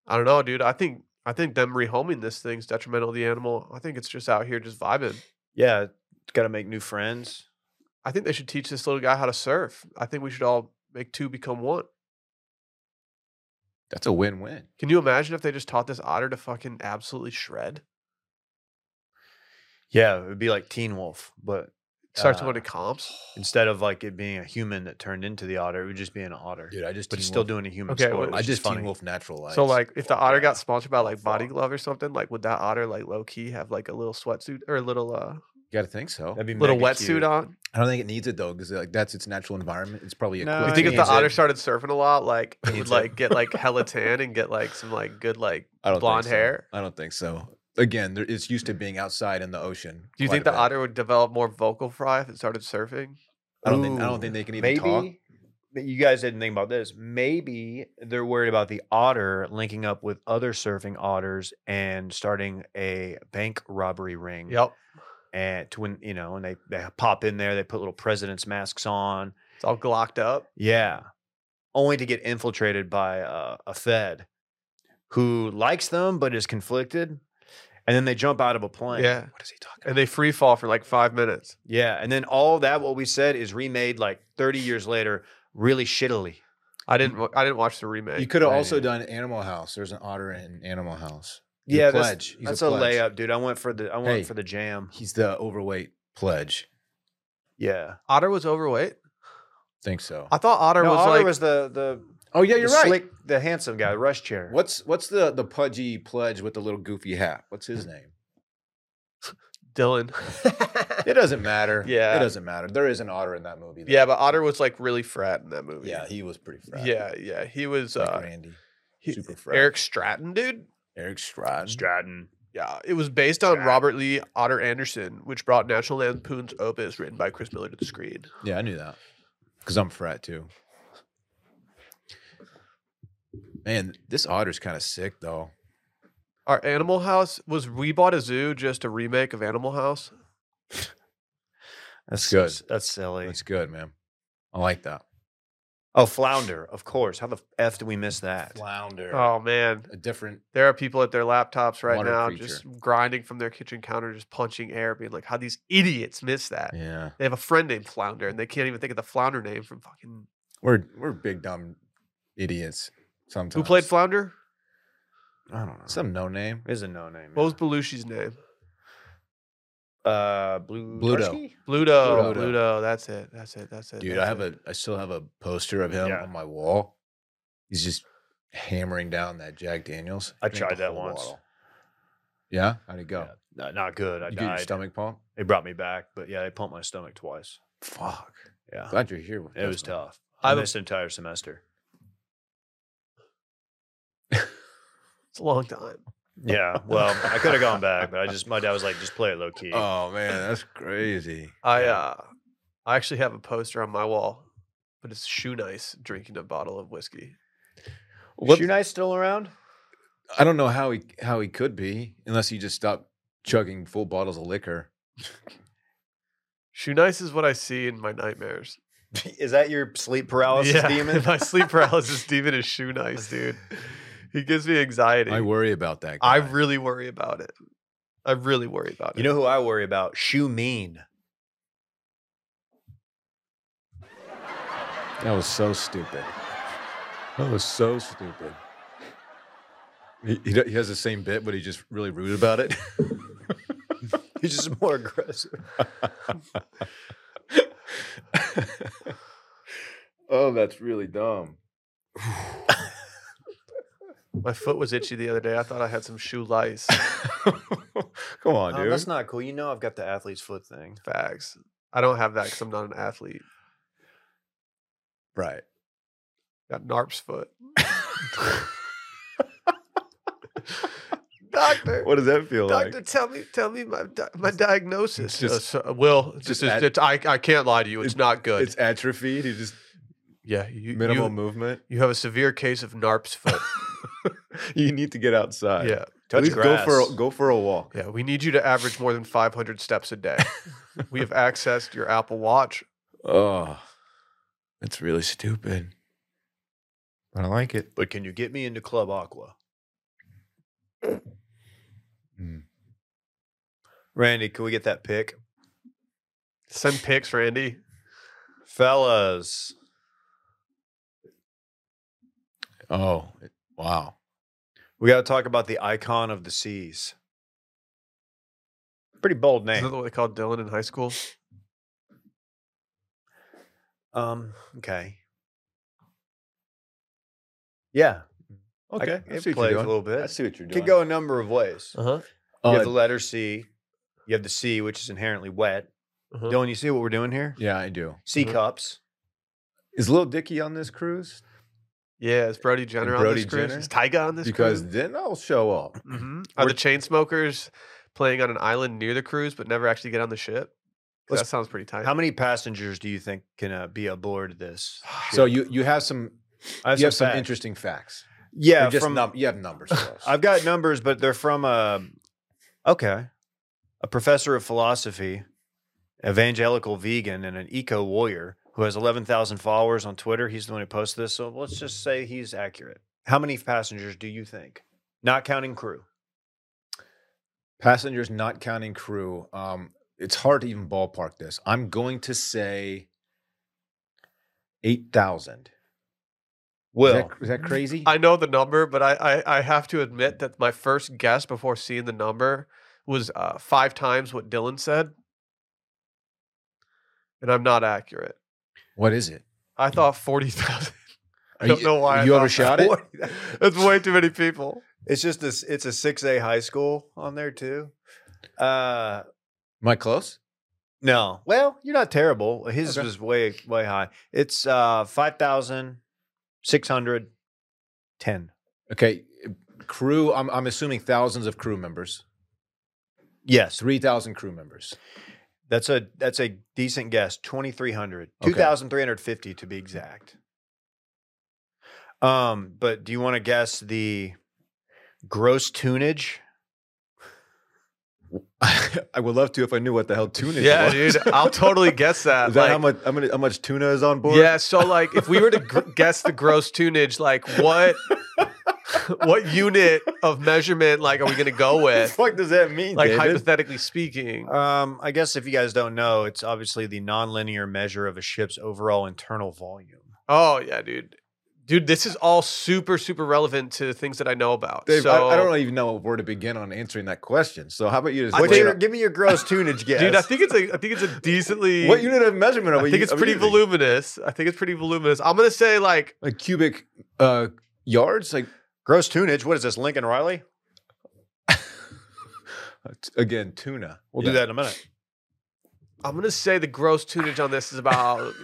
A: i don't know dude i think i think them rehoming this thing's detrimental to the animal i think it's just out here just vibing
B: Yeah, got to make new friends.
A: i think they should teach this little guy how to surf i think we should all make two become one
C: that's a win-win.
A: can you imagine if they just taught this otter to fucking absolutely shred
B: Yeah, it would be like Teen Wolf, but
A: starts
B: Uh,
A: going to comps
B: instead of like it being a human that turned into the otter, it would just be an otter.
C: Dude, I just
B: but
C: Teen
B: it's still
C: Wolf-
B: doing a human
A: Okay,
B: sport.
A: well-
B: which
C: I
B: is
C: just
B: funny.
C: Teen Wolf naturalized.
A: So like if the
B: Fuck
A: otter
B: yeah.
A: got sponsored by like Body
B: Fuck.
A: Glove or something, like would that otter like low key have like a little sweatsuit or a little uh
C: you gotta think so.
B: That'd be
A: little
B: mega
A: wetsuit
B: cute.
A: on?
C: I don't think it needs it though, because like that's its natural environment. It's probably a.
B: No,
C: quick
A: You
B: it
A: think if the
B: needs
C: transit.
A: otter started
B: it.
A: surfing a lot, like it would
C: Needs it.
A: like get like hella tan and get like some like good like
C: I don't think
A: blonde
C: so.
A: hair?
C: I don't think so. Again, there, it's used to being outside in the ocean.
A: Do you
C: quite
A: think
C: a
A: the
C: bit.
A: otter would develop more vocal fry if it started surfing?
C: I don't think. I
B: Ooh,
C: don't think they can even
B: maybe
C: talk.
B: but you guys didn't think about this. Maybe they're worried about the otter linking up with other surfing otters and starting a bank robbery ring.
A: Yep.
B: And to when you know, and they they pop in there, they put little president's masks on.
A: It's all glocked up.
B: Yeah, only to get infiltrated by uh, a Fed who likes them but is conflicted, and then they jump out of a plane.
A: Yeah.
B: what is he talking?
A: And they free fall for like five minutes.
B: Yeah, and then all that what we said is remade like 30 years later, really shittily.
A: I didn't wa- I didn't watch the remake.
C: You could have
B: Right.
C: also done Animal House. There's an otter in Animal House. He's a
B: Yeah, that's-
C: pledge. He's
B: That's a,
C: pledge.
B: layup, dude. I went for the I went
C: Hey.
B: for the jam.
C: He's the overweight pledge.
B: Yeah,
A: otter was overweight.
C: Think so.
A: I thought otter
B: no,
A: was
B: Otter
A: like
B: was the the
C: oh yeah,
B: the slick, the handsome guy, rush chair.
C: What's what's the the pudgy pledge with the little goofy hat? What's his name?
A: Dylan.
C: It doesn't matter.
A: Yeah.
C: it doesn't matter. There is an otter in that movie. though.
A: yeah, but Otter was like really frat in that movie.
C: yeah, he was pretty frat.
A: Yeah, yeah. He was
C: like
A: uh,
C: Randy,
A: he-
C: super frat.
A: Eric Stratton, dude.
C: Eric Stratton.
B: Stratton?
A: Yeah, it was based on
B: Stratton.
A: Robert Lee Otter Anderson, which brought National Lampoon's Opus, written by Chris Miller, to the screen.
C: Yeah, I knew that because I'm frat too. Man, this otter's kind of sick though.
A: Our Animal House was we bought a zoo, just a remake of Animal House.
B: That's
C: good.
B: s- That's silly.
C: That's good, man. I like that.
B: oh, flounder, of course. How the f do we miss that?
C: Flounder,
A: Oh man,
C: a different.
A: there are people at their laptops right
C: Water
A: now,
C: creature.
A: just grinding from their kitchen counter, just punching air, being like, "How these idiots miss that."
C: Yeah,
A: They have a friend named Flounder, and they can't even think of the Flounder name from fucking
C: we're we're big dumb idiots sometimes.
A: who played Flounder.
B: I don't know.
C: Some no name.
B: is a no name.
A: What was Belushi's name?
B: uh, Blue
C: Bluto.
B: Tarski?
A: Bluto,
C: Bluto.
A: Bluto. That's it. That's it. That's it.
C: Dude,
A: that's
C: I have
A: it.
C: a I still have a poster of him
B: Yeah.
C: on my wall. He's just hammering down that Jack Daniels.
B: I
C: Drank the
B: tried that
C: whole
B: once.
C: Yeah? How'd it go?
B: Yeah, no- not good. I
C: you get your
B: died. Uh-huh.
C: stomach pump?
B: They brought me back, but yeah, they pumped my stomach twice.
C: Fuck.
B: Yeah,
C: Glad you're here. with
B: it
C: us,
B: was
C: man.
B: tough.
A: I
B: I
A: have a-
B: missed an entire semester.
A: It's a long time.
B: Yeah, well, I could have gone back, but I just my dad was like, just play it low key.
C: Oh man, that's crazy.
A: I
B: Yeah.
A: uh, I actually have a poster on my wall, but it's shoe nice drinking a bottle of whiskey.
B: still around?
C: I don't know how he how he could be unless he just stopped chugging full bottles of liquor.
A: Shoe nice is what I see in my nightmares.
B: Is that your sleep paralysis
A: Yeah,
B: demon?
A: my sleep paralysis demon is shoe nice, dude. He gives me anxiety.
C: I worry about that. Guy.
A: I really worry about it. I really worry about it.
B: You know who I worry about? Shoe mean.
C: that was so stupid. That was so stupid. He, he, he has the same bit, but he just really rude about it.
B: He's just more aggressive.
C: oh, that's really dumb.
A: my foot was itchy the other day. I thought I had some shoe lice.
C: Come on,
B: Oh,
C: dude.
B: that's not cool. You know I've got the athlete's foot thing.
A: Facts. I don't have that because I'm not an athlete.
C: right.
A: Got Narp's foot. Doctor.
C: What does that feel like?
A: Doctor, tell me, tell me my di- my diagnosis.
C: it's just-
A: Uh, so- Will, it's
C: just
A: just,
C: ad-
A: it's- I, I can't lie to you. It's,
C: it's-
A: not good.
C: It's atrophied. He just
A: yeah, you,
C: minimal
A: you,
C: movement.
A: you have a severe case of Narp's foot.
C: you need to get outside.
A: yeah,
C: At
B: Touch
C: least go
B: grass.
C: for a, go for a walk.
A: yeah. We need you to average more than 500 steps a day. we have accessed your Apple Watch.
C: Oh, that's really stupid. But I like it.
B: but can you get me into Club Aqua?
C: Mm.
B: Randy, can we get that pick?
A: Send pics, Randy.
B: Fellas.
C: Oh, it- wow.
B: We got to talk about the icon of the seas. Pretty bold
A: Is that
B: name.
A: what they called Dylan in high school?
B: Um, okay. Yeah. I-
C: Okay, I
B: it
C: see what you're
B: plays a
C: doing.
B: little bit.
C: see what you're Uh,
B: It could go a number of ways.
A: Uh-huh.
C: Oh,
B: You have the letter C. You have the C, which is inherently wet.
C: Mm-hmm.
A: Uh-huh.
B: Dylan, you see what we're doing here?
C: yeah, I do.
B: C
A: Mhm.
B: cups.
C: Is Lil Dicky on this cruise?
A: Yeah, is Brody Jenner on
C: Brody
A: this cruise?
C: Jenner?
A: Is Tyga on this
C: because
A: cruise?
C: then I'll show up.
A: hmm Are the Chainsmokers playing on an island near the cruise but never actually get on the ship? 'Cause
B: Let's-
A: That sounds pretty tight.
B: How many passengers do you think can uh, be aboard this?
C: So you you have some
B: I
C: you have some
B: facts.
C: interesting facts.
B: Yeah,
C: You're just
B: from
C: num- you have numbers. for us.
B: I've got numbers, but they're from a okay, a professor of philosophy, evangelical vegan, and an eco warrior who has eleven thousand followers on Twitter. He's the one who posted this, so let's just say he's accurate. How many passengers do you think, not counting crew?
C: passengers not counting crew. Um, it's hard to even ballpark this. I'm going to say eight thousand. Is,
B: Will
C: that- is that crazy?
A: I know the number, but I, I, I have to admit that my first guess before seeing the number was uh, five times what Dylan said. And I'm not accurate.
C: what is it?
A: I thought 40,000.
C: Are
A: don't
C: you-
A: know why I
C: you
A: thought
C: overshot
A: that.
C: it.
A: That's way too many people.
B: it's just this. It's a six A high school on there too. Uh,
C: Am I close?
B: No. Well, you're not terrible. His
C: Okay.
B: was way way high. It's uh five thousand six hundred ten.
C: Okay, crew. I'm I'm assuming thousands of crew members.
B: Yes.
C: Three thousand crew members.
B: That's a that's a decent guess. 2300.
C: Okay.
B: 2350 to be exact. Um, but do you want to guess the gross tunage?
C: I would love to if I knew what the hell tuna
A: Yeah,
C: was.
A: dude. I'll totally guess that.
C: Is that how
A: like-
C: much how many- how much tuna is on board?
A: Yeah, so like if we were to gr- guess the gross tunage, like what what unit of measurement like are we going to go
C: What the
A: with?
C: fuck does that mean,
A: Like
C: David?
A: hypothetically speaking.
B: Um, I guess if you guys don't know, it's obviously the nonlinear measure of a ship's overall internal volume.
A: Oh yeah, dude. Dude, this is all super super relevant to things that I know about.
C: Dave,
A: so
C: I, I don't even know where to begin on answering that question. So how about you just
A: I
C: what,
B: What's
A: think-
B: your,
C: unit,
B: give me your gross tunage guess.
A: Dude, I think it's a I think it's a decently
C: what unit of measurement are
A: I
C: we?
A: think it's
C: are we
A: pretty
C: using?
A: voluminous. I think it's pretty voluminous. I'm going to say like
C: Like cubic uh, yards, like
B: gross tunage. What is this, Lincoln Riley?
C: uh, t- again tuna.
B: We'll
C: Yeah.
B: do that in a minute.
A: I'm going to say the gross tunage on this is about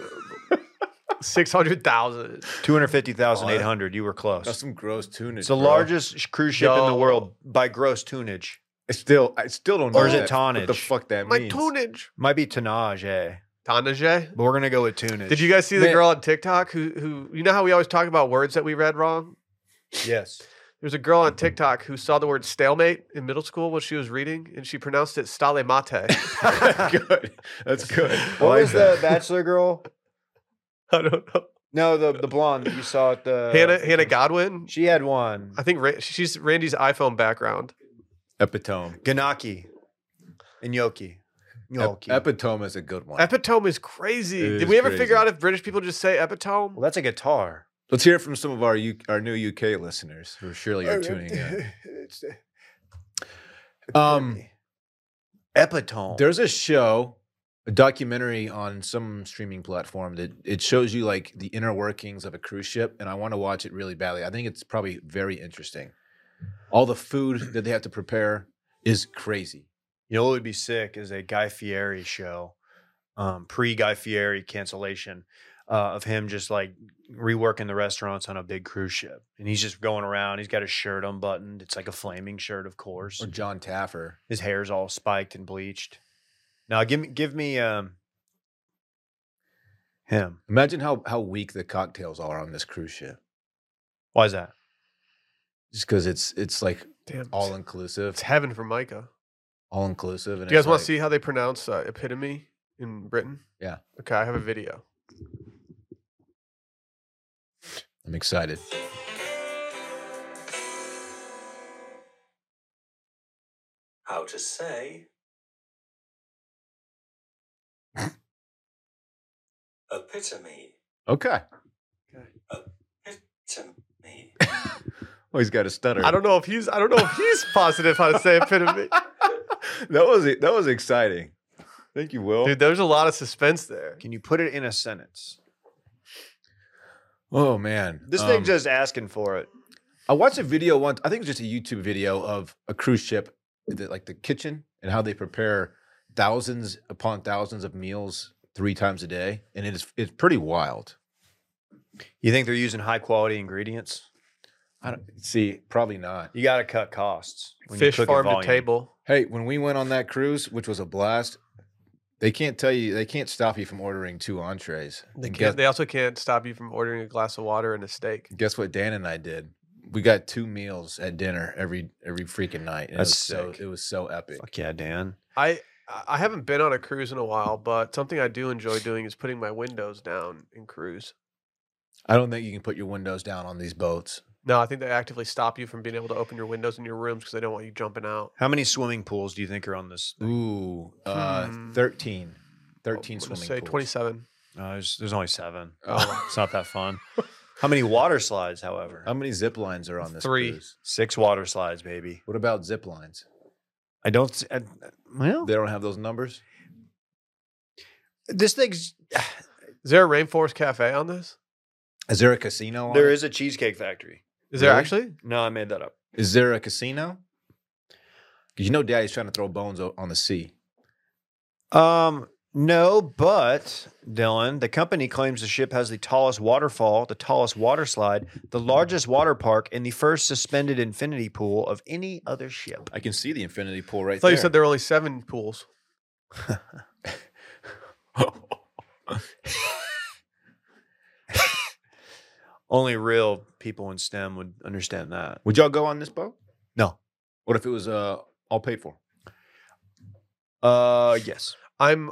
A: 600,000.
B: Two hundred fifty thousand eight hundred. You were close.
C: That's some gross tuna.
B: it's the largest sh- cruise ship in the
A: Yo.
B: world by gross tonnage.
C: I still, I still don't know.
B: Or is it
C: that- What the
B: tonnage?
C: fuck that
A: My
C: means?
A: tunage.
B: Might be tonnage, eh?
A: Tonnage?
B: But we're gonna go with tonnage.
A: Did you guys see the
C: Man.
A: girl on TikTok who who you know how we always talk about words that we read wrong?
B: Yes.
A: There's a girl
C: Mm-hmm.
A: on TikTok who saw the word stalemate in middle school when she was reading, and she pronounced it stale mate.
C: good. That's good.
B: What was the bachelor girl?
A: I don't know.
B: No, the the blonde that you saw at the
C: Oh,
A: Hannah Hannah Godwin.
B: She had one.
A: I think Ra- she's Randy's iPhone background.
C: epitome?
B: Ganaki and Yoki.
C: Ep-
A: Oh,
B: Gnocchi.
C: epitome is a good one.
A: Epitome is crazy.
C: It
A: Did
C: is
A: we ever
C: crazy.
A: figure out if British people just say epitome?
B: well, that's a guitar.
C: Let's hear it from some of our U- our new UK listeners who surely are tuning in.
B: Oh, It's-
C: Um,
B: Epitome.
C: There's a show, a documentary on some streaming platform that it shows you like the inner workings of a cruise ship, and I want to watch it really badly. I think it's probably very interesting. All the food that they have to prepare is crazy.
B: You know what would be sick is a Guy Fieri show, um, pre Guy Fieri cancellation uh, of him just like reworking the restaurants on a big cruise ship, and he's just going around. He's got his shirt unbuttoned. It's like a flaming shirt, of course.
C: Or John Taffer.
B: His hair's all spiked and bleached. Now give me give me um, him.
C: Imagine how how weak the cocktails are on this cruise ship.
B: Why is that?
C: Just because it's it's like
A: Damn,
C: all
A: it's-
C: inclusive,
A: it's heaven for Micah.
C: all inclusive. And
A: Do you guys
C: it's
A: want
C: like-
A: to see how they pronounce uh, epitome in Britain?
C: Yeah.
A: Okay, I have a video.
C: I'm excited.
E: How to say epitome.
C: Okay.
E: Epitome.
C: Well, Oh, he's got a stutter.
A: I don't know if he's I don't know if he's positive how to say epitome.
C: that was that was exciting. Thank you, Will.
A: Dude, there's a lot of suspense there.
B: Can you put it in a sentence?
C: Oh man,
B: This
C: Um,
B: thing's just asking for it.
C: I watched a video once. I think it was just a YouTube video of a cruise ship, the- like the kitchen and how they prepare thousands upon thousands of meals three times a day, and it is it's pretty wild.
B: You think they're using high quality ingredients?
C: I don't see probably not.
B: You got to cut costs. when you
A: Fish
B: cook at
A: farm to
B: volume.
A: table.
C: Hey, when we went on that cruise, which was a blast, they can't tell you they can't stop you from ordering two entrees.
A: They
C: And
A: can't,
C: guess,
A: they also can't stop you from ordering a glass of water and a steak.
C: guess what? Dan and I did. We got two meals at dinner every every freaking night. and it
B: That's
C: was so
B: sick.
C: it was so epic.
B: Fuck yeah, Dan.
A: I I- I haven't been on a cruise in a while, but something I do enjoy doing is putting my windows down in cruise.
C: I don't think you can put your windows down on these boats.
A: No, I think they actively stop you from being able to open your windows in your rooms because they don't want you jumping out.
B: How many swimming pools do you think are on this?
C: Ooh, uh,
A: Hmm.
C: 13. 13
A: I'm gonna
C: swimming
A: say
C: pools.
A: 27.
B: Uh, there's, there's only seven.
C: Oh.
B: It's not that fun. How many water slides, however?
C: How many zip lines are on this?
A: Three.
C: cruise?
B: Six water slides, baby.
C: What about zip lines?
B: I don't. s- I,
A: Oh.
B: well,
C: They don't have those numbers?
B: this thing's.
A: Is there a Rainforest Cafe on this?
C: Is there a casino? on
B: There
C: it?
B: is a cheesecake factory.
A: Is there
C: Really?
A: actually?
B: No, I made that up.
C: Is there a casino? 'Cause you know daddy's trying to throw bones o- on the sea.
B: Um, no, but Dylan, the company claims the ship has the tallest waterfall, the tallest water slide, the largest water park, and the first suspended infinity pool of any other ship.
C: I can see the infinity pool right
A: I thought
C: there.
A: you said there were only seven pools.
B: Only real people in STEM would understand that.
C: Would y'all go on this boat?
B: No.
C: What if it was uh, all paid for?
B: Uh, yes.
A: I'm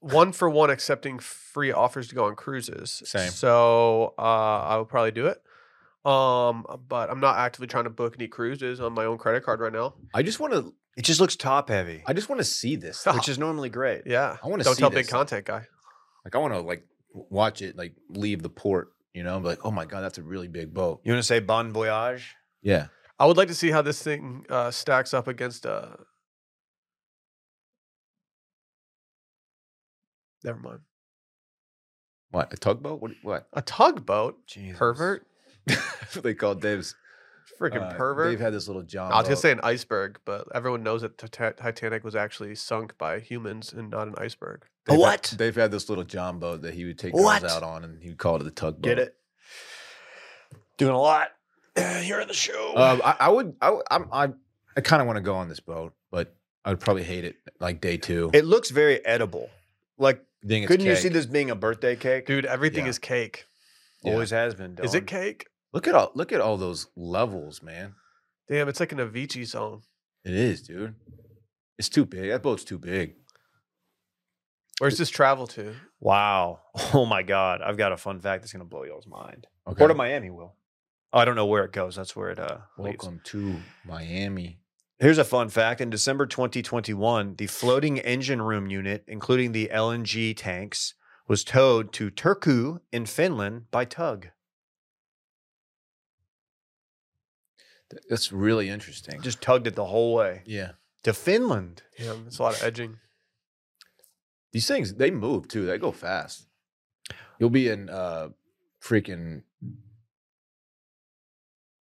A: one for one accepting free offers to go on cruises.
C: Same.
A: So uh, I would probably do it. Um, but I'm not actively trying to book any cruises on my own credit card right now.
C: I just want to.
B: It just looks top heavy,
C: I just want to see this.
B: which is normally great.
A: Yeah.
C: I wanna
A: Don't
C: see
A: tell
C: this.
A: big content guy.
C: Like I want to like w- watch it like leave the port. You know, be like oh my god, that's a really big boat.
B: You want to say bon voyage?
C: Yeah.
A: I would like to see how this thing uh, stacks up against. Uh... Never mind.
C: What a tugboat? What? What?
A: A tugboat?
B: Jesus.
A: Pervert?
C: That's what they call Dave's
A: Freaking
C: uh,
A: pervert.
C: Dave had this little John.
A: I was going
C: boat.
A: to say an iceberg, but everyone knows that Tita- Titanic was actually sunk by humans and not an iceberg.
B: A
C: Dave had-
B: what?
C: Dave had this little John boat that he would take
B: What?
C: girls out on, and he would call it the tugboat.
B: Get it? Doing a lot. Here at the show.
A: Uh,
C: Um, I, I would. I, would- I'm. I, I kind of want to go on this boat, but I would probably hate it like day two.
B: it looks very edible. Like,
C: Think it's
B: couldn't you see
C: cake.
B: this being a birthday cake?
A: Dude, everything
C: Yeah.
A: is cake.
C: Yeah.
B: Always has been.
A: Is it
B: Dylan.
A: cake?
C: Look at all. Look at all those levels, man.
A: Damn, it's like an Avicii song.
C: It is, dude. It's too big. That boat's too big.
A: Where's this travel to?
B: Wow. Oh my God. I've got a fun fact that's gonna blow y'all's mind.
C: Okay.
B: Port of Miami will. Oh, I don't know where it goes. That's where it uh leads.
C: Welcome to Miami.
B: Here's a fun fact. In December 2021, the floating engine room unit, including the LNG tanks, was towed to Turku in Finland by tug.
C: Th- That's really interesting.
B: Just tugged it the whole way
C: yeah.
B: to Finland.
A: Damn, it's a lot of edging.
C: These things they move too. They go fast. You'll be in uh freaking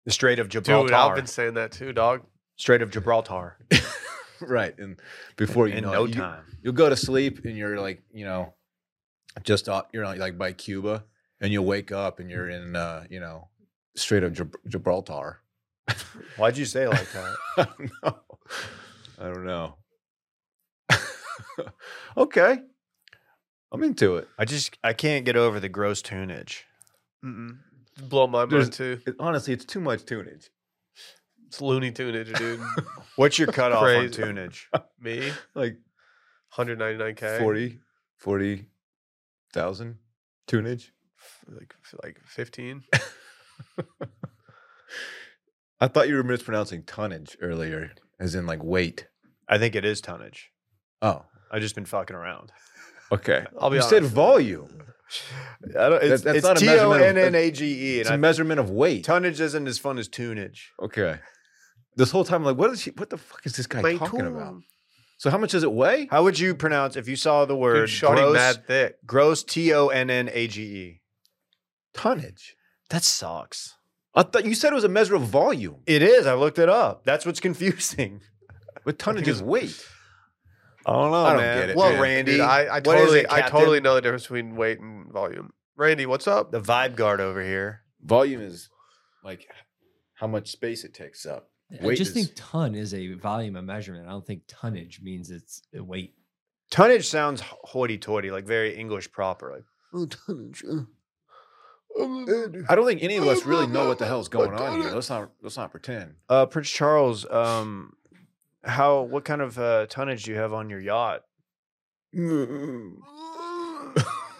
B: The Strait of
A: Dude,
B: Gibraltar.
A: I've been saying that too, dog.
B: Strait of Gibraltar.
C: right and before you
B: in
C: know
B: no
C: it, you,
B: time.
C: you'll go to sleep and you're like, you know, just off, you're like, like by Cuba and you'll wake up and you're in uh, you know, Strait of Gib- Gibraltar.
B: Why'd you say it like that?
C: I don't know. I don't know. okay. I'm into it.
B: I just I can't get over the gross tunage.
A: Mm-mm. Blow my mind
C: There's-
A: too.
C: It- honestly, it's too much tunage.
A: It's Looney Tunage, dude.
B: What's your cutoff on
A: Crazy.
B: tunage?
A: Me,
C: Like
A: 199k.
C: 40, 40,000 tunage.
A: f- like f- like 15.
C: I thought you were mispronouncing tonnage earlier, as in like weight.
B: I think it is tonnage.
C: Oh,
B: I've just been fucking around.
C: okay.
A: I'll be
C: you
A: honest.
C: said volume.
B: I don't, it's
C: that's
B: it's
C: not a
B: T
C: measurement
B: O
C: of-
B: N N A G E,
C: It's
B: and
C: a
B: I
C: measurement of weight.
B: Tonnage isn't as fun as tunage.
C: okay. This whole time, like, what is she? What the fuck is this guy
A: My
C: talking
A: tune.
C: about? So, how much does it weigh?
B: How would you pronounce if you saw the
A: Dude,
B: word
A: shawty
B: gross?
A: mad thick.
B: Gross. T O N N A G E.
C: Tonnage.
B: That sucks.
C: I thought you said it was a measure of volume,
B: It is. I looked it up. That's what's confusing.
C: but tonnage
A: it's-
C: is weight.
B: I don't know,
C: I don't
B: man.
C: get it,
B: Well,
C: man.
B: Randy,
A: Dude, I, I
B: what is
A: totally,
B: it,
A: I
B: Captain?
A: totally know the difference between weight and volume. Randy, what's up?
B: the vibe guard over here.
C: Volume is like how much space it takes up.
F: I
C: Weight
F: just
C: is-
F: think ton is a volume of measurement. I don't think tonnage means it's a weight.
B: Tonnage sounds hoity-toity, like very English proper. Like
D: Oh, tonnage. uh.
A: Um,
C: I don't think any of us really know what the hell's going on here. Let's not let's not pretend.
B: uh, Prince Charles, um, how what kind of uh, tonnage do you have on your yacht?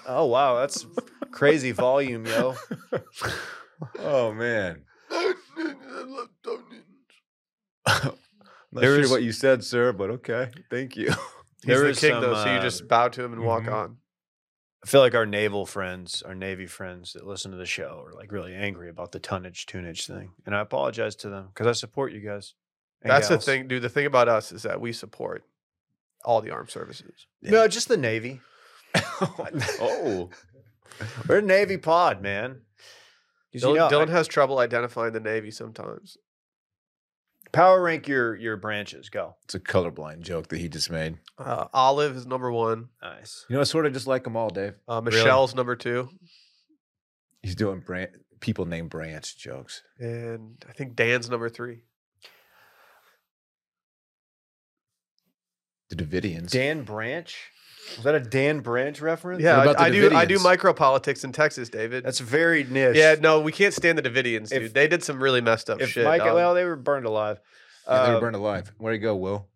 B: Oh wow, that's crazy volume, yo.
C: oh man. Not
B: There
C: sure
B: is-
C: what you said, sir, but okay. Thank you.
A: He's
B: There
A: the
B: is
A: king
B: some,
A: though, so you
B: uh,
A: just bow to him and walk
C: mhm.
A: on.
B: I feel like our naval friends, our Navy friends that listen to the show are like really angry about the tonnage, tunage thing. And I apologize to them because I support you guys. and
A: That's
B: gals.
A: the thing, dude. The thing about us is that we support all the armed services.
B: No, just the Navy.
C: oh.
B: We're a Navy pod, man. 'Cause you
A: Dylan,
B: know,
A: Dylan
B: I-
A: has trouble identifying the Navy sometimes.
B: power rank your your branches. Go.
C: It's a colorblind joke that he just made.
A: Uh, Olive is number one.
B: Nice.
C: You know, I sort of just like them all, Dave.
A: Uh, Michelle's number two,
C: He's doing branch people name branch jokes.
A: and I think Dan's number three.
C: The Davidians.
B: Dan Branch. Was that a Dan Branch reference?
A: Yeah,
C: What
A: I,
C: about the
A: I do. I do
C: Davidians?
A: micro politics in Texas, David.
B: That's very niche.
A: yeah. No, we can't stand the Davidians,
B: If-
A: dude. they did some really messed up
B: If
A: shit.
B: Mike,
A: dog.
B: well, they were burned alive.
C: Yeah, they
B: Uh,
C: were burned alive. Where'd he go, Will?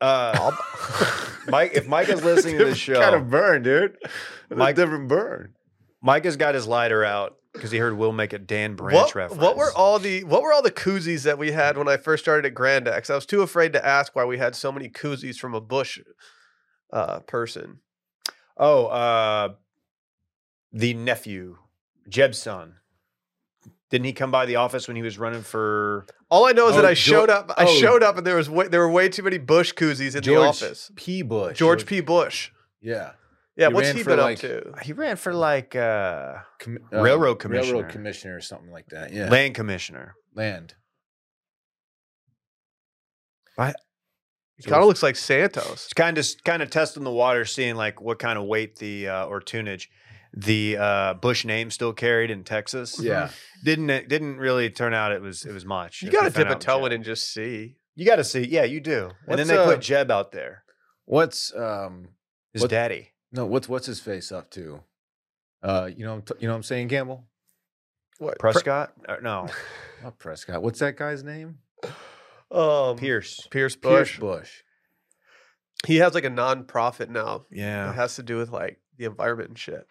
B: uh, Mike, if Mike is listening to this show,
C: kind of burn, dude.
B: Mike-
C: Mike, different burn.
B: Mike has got his lighter out because he heard Will make a Dan Branch
A: what,
B: reference.
A: what were all the what were all the koozies that we had when I first started at Grand X? I was too afraid to ask why we had so many koozies from a Bush uh, person.
B: Oh, uh, the nephew, Jeb's son. Didn't he come by the office when he was running for?
A: All I know is
C: Oh,
A: that I
C: Geor-
A: showed up. I
C: oh.
A: showed up and there was way, there were way too many Bush koozies in the office.
C: P. Bush.
A: George P. Bush.
C: Yeah.
A: Yeah,
C: He
A: what's
C: ran
A: he
C: for,
A: been
C: like-
A: up to?
B: He ran for like uh,
C: Com- um,
B: Railroad commissioner.
C: Railroad commissioner or something like that. Yeah.
B: land commissioner.
C: Land.
A: He kind of looks like Santos.
B: It's kind of kind of testing the water, seeing like what kind of weight the uh, or tunage the uh, Bush name still carried in Texas.
C: Yeah.
B: didn't it didn't really turn out. It was it was much.
A: You
B: as we
A: got to
B: found
A: dip
B: out
A: a
B: with
A: toe
B: Jeb.
A: in and just see.
B: You got to see. Yeah, you do. and then
C: What's,
B: they put
C: uh,
B: Jeb out there.
C: What's um
B: His
C: what-
B: daddy.
C: no what's what's his face up to? Uh, you know, what I'm t- you know, what I'm saying Campbell.
A: What? Pre-
B: Prescott? Uh, no,
C: Not Oh, Prescott. What's that guy's name?
A: um,
B: Pierce.
A: Pierce
C: Pierce
A: Bush.
C: Bush.
A: He has like a nonprofit now. It
B: Yeah,
A: has to do with like the environment and shit.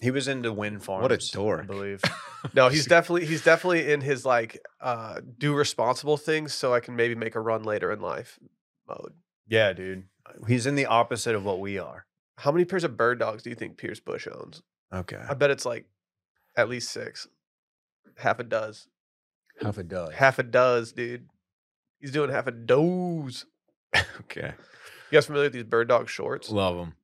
B: he was into wind farms.
C: What a
B: I
C: dork.
B: believe.
A: No, he's definitely he's definitely in his like uh do responsible things so I can maybe make a run later in life mode.
B: Yeah, dude, he's in the opposite of what we are.
A: How many pairs of bird dogs do you think Pierce Bush owns?
B: Okay.
A: I bet it's like at least six. Half a dozen.
C: Half a dozen.
A: Half a dozen, dude. He's doing half a doze.
C: okay.
A: You guys familiar with these bird dog shorts?
C: Love him.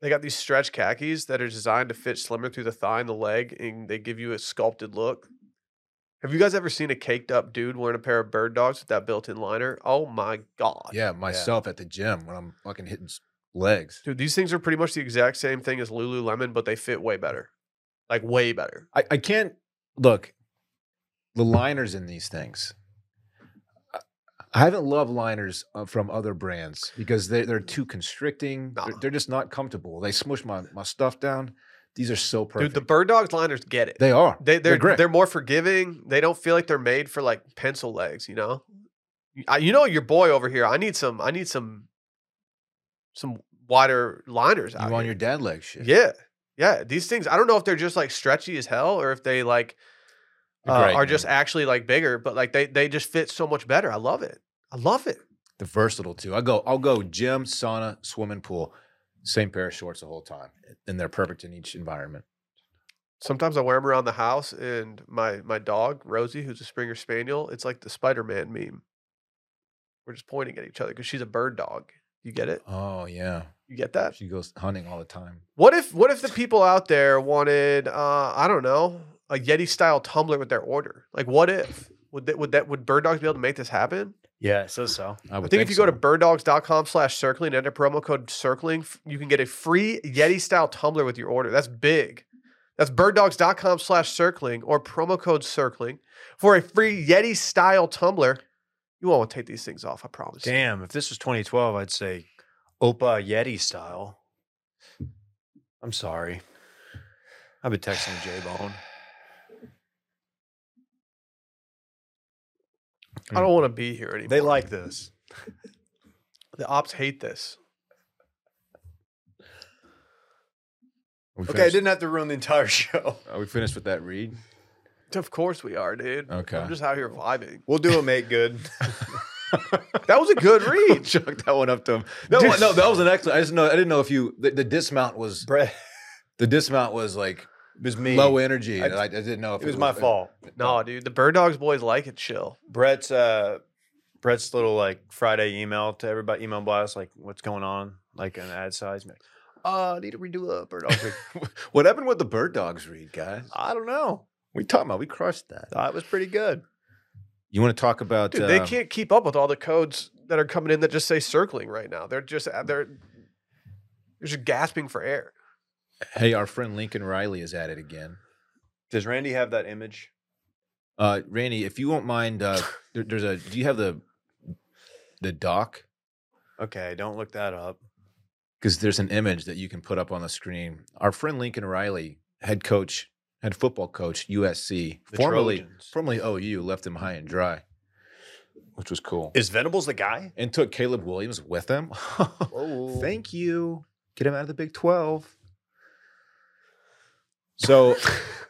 A: They got these stretch khakis that are designed to fit slimmer through the thigh and the leg, and they give you a sculpted look. Have you guys ever seen a caked up dude wearing a pair of bird dogs with that built in liner? Oh my God.
C: Yeah, myself at the gym when I'm fucking hitting s- legs.
A: Dude, these things are pretty much the exact same thing as Lululemon, but they fit way better. Like, way better.
C: I, I can't look the liners in these things. I- I haven't loved liners uh, from other brands because they, they're too constricting. They're,
A: Nah.
C: they're just not comfortable. They smush my, my stuff down. These are so perfect.
A: Dude, the bird dogs liners get it.
C: they are.
A: They, they're,
C: great.
A: they're, more forgiving. They don't feel like they're made for like pencil legs, you know? You- I, you know, your boy over here, I need some, I need some, some wider liners
C: you
A: out
C: on
A: here.
C: your dad leg shit.
A: Yeah. Yeah. These things, I don't know if they're just like stretchy as hell or if they like
C: They're
A: uh,
C: great,
A: are
C: man.
A: just actually like bigger, but like they they just fit so much better. I love it. I love it.
C: They're versatile too. I go, I'll go gym, sauna, swimming pool, same pair of shorts the whole time. And they're perfect in each environment.
A: Sometimes I wear them around the house and my my dog, Rosie, who's a Springer Spaniel, it's like the Spider-Man meme. We're just pointing at each other because she's a bird dog. You get it?
C: Oh yeah.
A: You get that?
C: She goes hunting all the time.
A: What if what if the people out there wanted uh I don't know, a Yeti style tumbler with their order? Like what if? Would that would that would bird dogs be able to make this happen?
B: Yeah, so so.
C: I,
A: I
C: would
A: think, if you go to
C: so.
A: birddogs.com slash circling and enter promo code circling, f- you can get a free Yeti style tumbler with your order. That's big. That's birddogs.com slash circling or promo code circling for a free Yeti style tumbler. You won't want to take these things off, I promise.
B: Damn, if this was 2012, I'd say Opa Yeti style. I'm sorry. I've been texting J Bone.
A: I don't want to be here anymore.
B: They like this.
A: the ops hate this.
C: Are we
B: Okay, I
C: finished?
B: didn't have to ruin the entire show.
C: Are we finished with that read?
A: Of course we are, dude.
C: Okay.
A: I'm just out here vibing.
B: We'll do a make good.
A: That was a good
C: We'll
A: read.
C: chuck that one up to him. No,
B: Dude.
C: no, that was an excellent. I just know I didn't know if you the, the dismount was
B: Brett,
C: the dismount was like
B: it was me.
C: low energy.
B: I-
C: and I, I didn't know if uh,
B: It was my fault.
A: no, dude. The bird dogs boys like it chill.
B: Brett's uh Brett's little like Friday email to everybody email blast like what's going on like an ad size. I'm like,
A: Uh I need to redo a bird dog.
C: what happened with the bird dogs read, guys?
B: I don't know.
C: Uh, We talking about we crushed that.
B: That was pretty good.
C: You want to talk about?
A: Dude, they
C: uh,
A: can't keep up with all the codes that are coming in that just say circling right now. They're just they're they're just gasping for air.
C: Hey, our friend Lincoln Riley is at it again.
B: Does Randy have that image?
C: Uh, Randy, if you won't mind, uh, there, there's a. Do you have the the doc?
B: Okay, don't look that up.
C: because there's an image that you can put up on the screen. Our friend Lincoln Riley, head coach, head football coach, USC,
B: The
C: formerly
B: Trojans.
C: formerly OU, left him high and dry, which was cool,
B: Is Venables the guy?
C: and took Caleb Williams with him.
B: Oh,
C: Thank you. Get him out of the Big Twelve. So. I-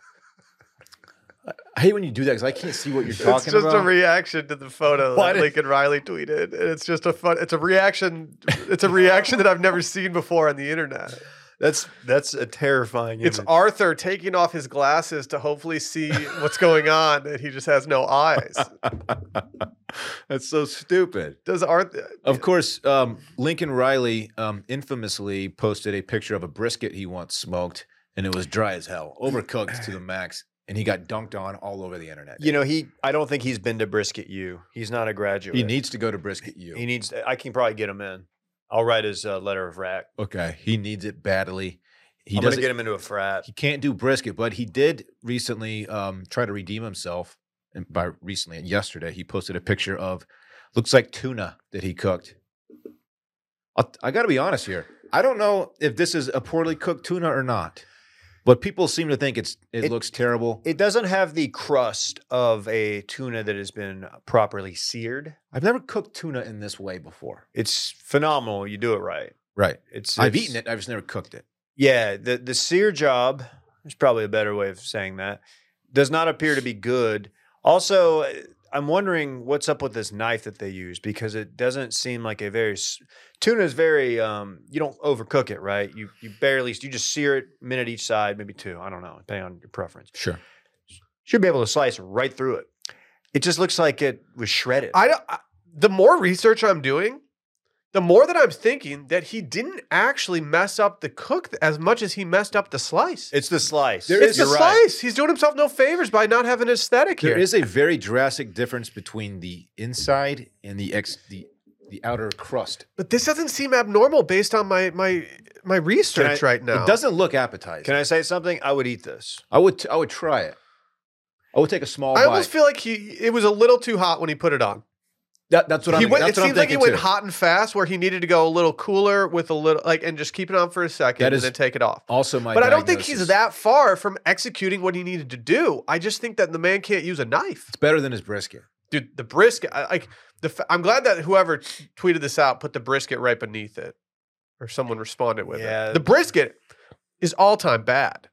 C: I hate when you do that because I can't see what you're
A: It's
C: talking
A: just a
C: about.
A: reaction to the photo
C: Why
A: that
C: did-
A: Lincoln Riley tweeted, and it's just a fun. It's a reaction. It's a reaction that I've never seen before on the internet.
B: that's that's a terrifying.
A: It's
B: image.
A: Arthur taking off his glasses to hopefully see what's going on, and he just has no eyes.
C: That's so stupid.
A: Does Arthur?
C: Of course, um, Lincoln Riley um, infamously posted a picture of a brisket he once smoked, and it was dry as hell, overcooked to the max, and he got dunked on all over the internet.
B: You know he. I don't think he's been to Brisket U. He's not a graduate.
C: he needs to go to brisket you.
B: He needs. I can probably get him in. I'll write his uh, letter of rack.
C: okay, he needs it badly. He
B: I'm gonna
C: doesn't.
B: get him into a frat.
C: he can't do brisket, but he did recently um, try to redeem himself. And by recently, yesterday, he posted a picture of looks like tuna that he cooked. I'll, I got to be honest here. I don't know if this is a poorly cooked tuna or not. But people seem to think it's it,
B: It-
C: looks terrible.
B: It doesn't have the crust of a tuna that has been properly seared.
C: I've never cooked tuna in this way before.
B: It's phenomenal. You do it right.
C: Right.
B: It's
C: I've
B: it's-
C: eaten it. I've just never cooked it.
B: Yeah, the the sear job is probably a better way of saying that. Does not appear to be good. Also, eh, I'm wondering what's up with this knife that they use because it doesn't seem like a very s- tuna is very um you don't overcook it, right? You you barely you just sear it minute each side, maybe two. I don't know, depending on your preference.
C: Sure.
B: Should be able to slice right through it. It just looks like it was shredded.
A: I don't. I, the more research I'm doing, the more that I'm thinking that he didn't actually mess up the cook as much as he messed up the slice.
B: it's the slice.
C: There
A: it's
C: is-
A: the
C: you're
A: slice.
C: right.
A: He's doing himself no favors by not having an aesthetic
C: There
A: here.
C: is a very drastic difference between the inside and the ex the the outer crust.
A: but this doesn't seem abnormal based on my my my research right now.
C: It doesn't look appetizing.
B: Can I say something? I would eat this.
C: I would t- I would try it. I would take a small
A: I
C: bite.
A: almost feel like he it was a little too hot when he put it on.
C: That- that's what I'm.
A: he went, it
C: that's what I'm
A: seems like he
C: thinking
A: went
C: too.
A: hot and fast, where he needed to go a little cooler with a little like and just keep it on for a second
C: That
A: and
C: is
A: then take it off.
C: Also, my.
A: but I don't think he's
C: diagnosis.
A: that far from executing what he needed to do. I just think that the man can't use a knife,
C: It's better than his brisket.
A: dude. The brisket, I, like the, f- I'm glad that whoever t- tweeted this out put the brisket right beneath it, or someone responded with
B: Yeah.
A: it. The brisket is all time bad.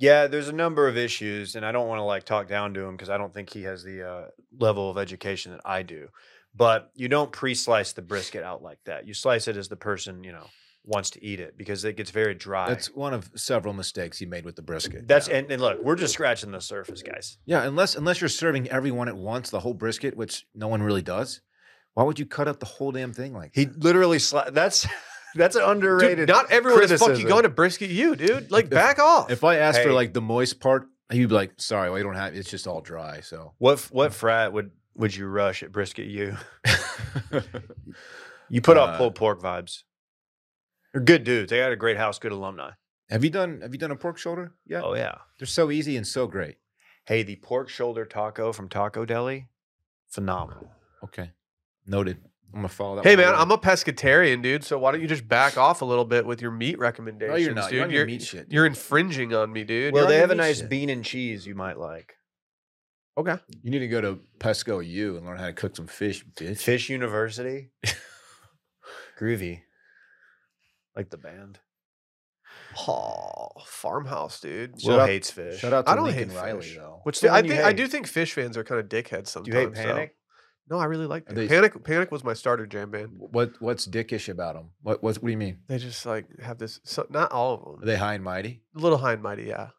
B: Yeah, there's a number of issues, and I don't want to like talk down to him because I don't think he has the uh, level of education that I do. But you don't pre-slice the brisket out like that. You slice it as the person you know wants to eat it because it gets very dry.
C: That's one of several mistakes he made with the brisket.
B: that's
C: yeah.
B: and, and look, we're just scratching the surface, guys.
C: yeah. Unless unless you're serving everyone at once the whole brisket, which no one really does. Why would you cut up the whole damn thing like?
B: He literally sli- that's that's an
A: Dude,
B: underrated.
A: not everyone is
B: criticism.
A: fucking going to brisket you, dude. Like
C: If-
A: back off.
C: If I asked for
B: Hey.
C: like the moist part, he'd be like, "Sorry, well, you don't have. It's just all dry." So
B: what f- what frat would would you rush at brisket? You you put off
C: Uh,
B: pulled pork vibes. They're good dudes. They got a great house, good alumni.
C: have you done Have you done a pork shoulder? Yeah,
B: Oh yeah.
C: they're so easy and so great.
B: Hey, the pork shoulder taco from Taco Deli, phenomenal.
C: Okay, noted. I'm gonna follow that.
A: Hey
C: one
A: man,
C: up.
A: I'm a pescatarian, dude. So why don't you just back off a little bit with your meat recommendations,
C: No, you're not.
A: dude?
C: You're, on your
A: You're-
C: meat shit.
A: You're infringing on me, dude.
B: well,
A: You're on
B: they
A: your
B: have a
A: meat
B: nice
A: shit.
B: bean and cheese you might like.
A: Okay.
C: You need to go to Pesco U and learn how to cook some fish, bitch.
B: Fish University, groovy, like the band.
A: Oh, farmhouse, dude.
C: Shut
B: Will
C: up.
B: hates fish.
C: Shout out to
A: I don't
C: Lincoln
A: hate
C: Riley
A: fish.
C: though.
B: What's the
A: Yeah, I
B: one you
A: think I
B: hate?
A: do think fish fans are kind of dickheads sometimes.
B: Do you hate
A: so-
B: Panic?
A: No, I really like
C: Are
A: Panic.
C: they-
A: Panic. Panic was my starter jam
B: Mm.
A: band.
C: What What's dickish about them? What What, what do you mean?
A: They just like have this. So, not all of
C: Are
A: them.
C: they high and mighty?
A: A little high and mighty, yeah.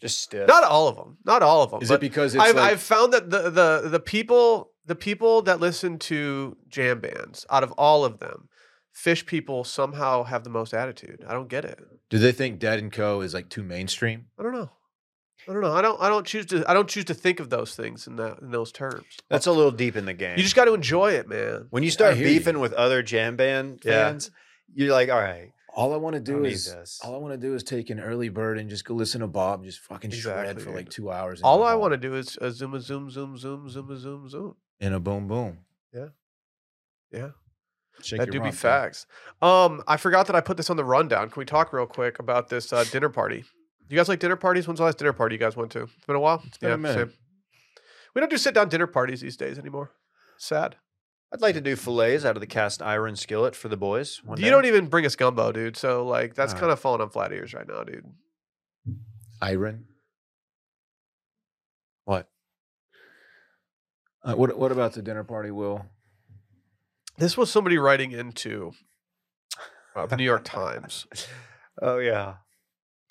B: Just stiff.
A: Not all of them. Not all of them.
C: Is
A: but
C: it because it's
A: I've,
C: like,
A: I've found that the, the the people the people that listen to jam bands out of all of them, fish people somehow have the most attitude. I don't get it.
C: do they think Dead and Co is like too mainstream?
A: I don't know. I don't know. I don't. I don't choose to. I don't choose to think of those things in that in those terms.
B: That's a little deep in the game.
A: You just got to enjoy it, man.
B: when you start
C: hear you.
B: beefing with other jam band
A: Yeah.
B: fans, you're like, all right,
C: All I want to
B: don't
C: do
B: need
C: is
B: this.
C: all I want to do is take an early bird and just go listen to Bob just fucking shred
A: Exactly,
C: for like
A: dude.
C: two hours.
A: All I want to do is a zoom, a zoom, zoom, zoom, zoom, a zoom, zoom.
C: do in a boom boom.
A: Yeah. Yeah.
C: Shake
A: that
C: your
A: do be
C: rump, dude.
A: facts. Um, I forgot that I put this on the rundown. Can we talk real quick about this uh, dinner party? You guys like dinner parties? When's the last dinner party you guys went to? It's been a while. It's
C: been a minute.
A: We don't do sit down dinner parties these days anymore. Sad.
B: I'd like to do fillets out of the cast iron skillet for the boys. one
A: you
B: day.
A: don't even bring us gumbo, dude. So like that's
B: Alright.
A: kind of falling on flat ears right now, dude.
C: Iron.
B: What?
C: Uh, what What about the dinner party, Will?
A: This was somebody writing into uh, the New York Times.
B: Oh yeah.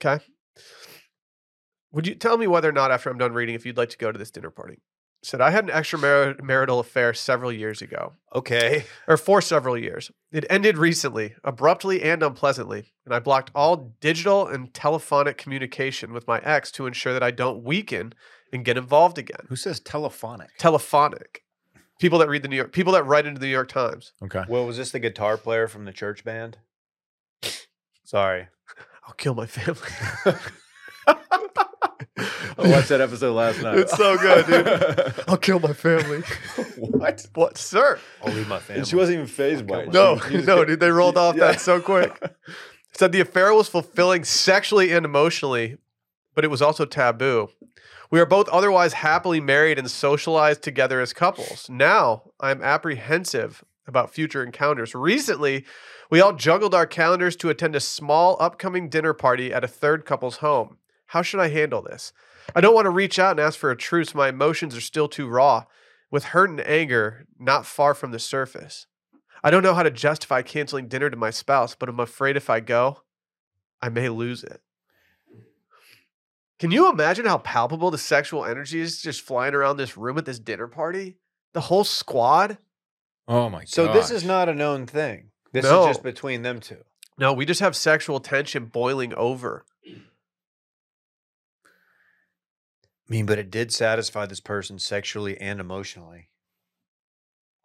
A: Okay. Would you tell me whether or not, after I'm done reading, if you'd like to go to this dinner party? Said I had an extramarital affair several years ago,
B: Okay.
A: or for several years. It ended recently, abruptly and unpleasantly, and I blocked all digital and telephonic communication with my ex to ensure that I don't weaken and get involved again.
C: Who says telephonic?
A: Telephonic. People that read the New York, people that write into the New York Times.
C: Okay.
B: Well, was this the guitar player from the church band? Sorry.
A: I'll kill my family.
C: I watched that episode last night.
A: It's so good, dude. I'll kill my family.
C: what?
A: What, sir?
B: I'll leave my family.
C: And she wasn't even phased by it.
A: No,
C: She- she just
A: no,
C: kept-
A: dude, they rolled off
C: Yeah.
A: that so quick. said the affair was fulfilling sexually and emotionally, but it was also taboo. We are both otherwise happily married and socialized together as couples. Now I'm apprehensive about future encounters. Recently, we all juggled our calendars to attend a small upcoming dinner party at a third couple's home. How should I handle this? I don't want to reach out and ask for a truce. My emotions are still too raw, with hurt and anger not far from the surface. I don't know how to justify canceling dinner to my spouse, but I'm afraid if I go, I may lose it. Can you imagine how palpable the sexual energy is just flying around this room at this dinner party? The whole squad?
C: Oh my god.
B: So this is not a known thing. This
A: No.
B: is just between them two.
A: No, we just have sexual tension boiling over.
B: I mean, but it did satisfy this person sexually and emotionally,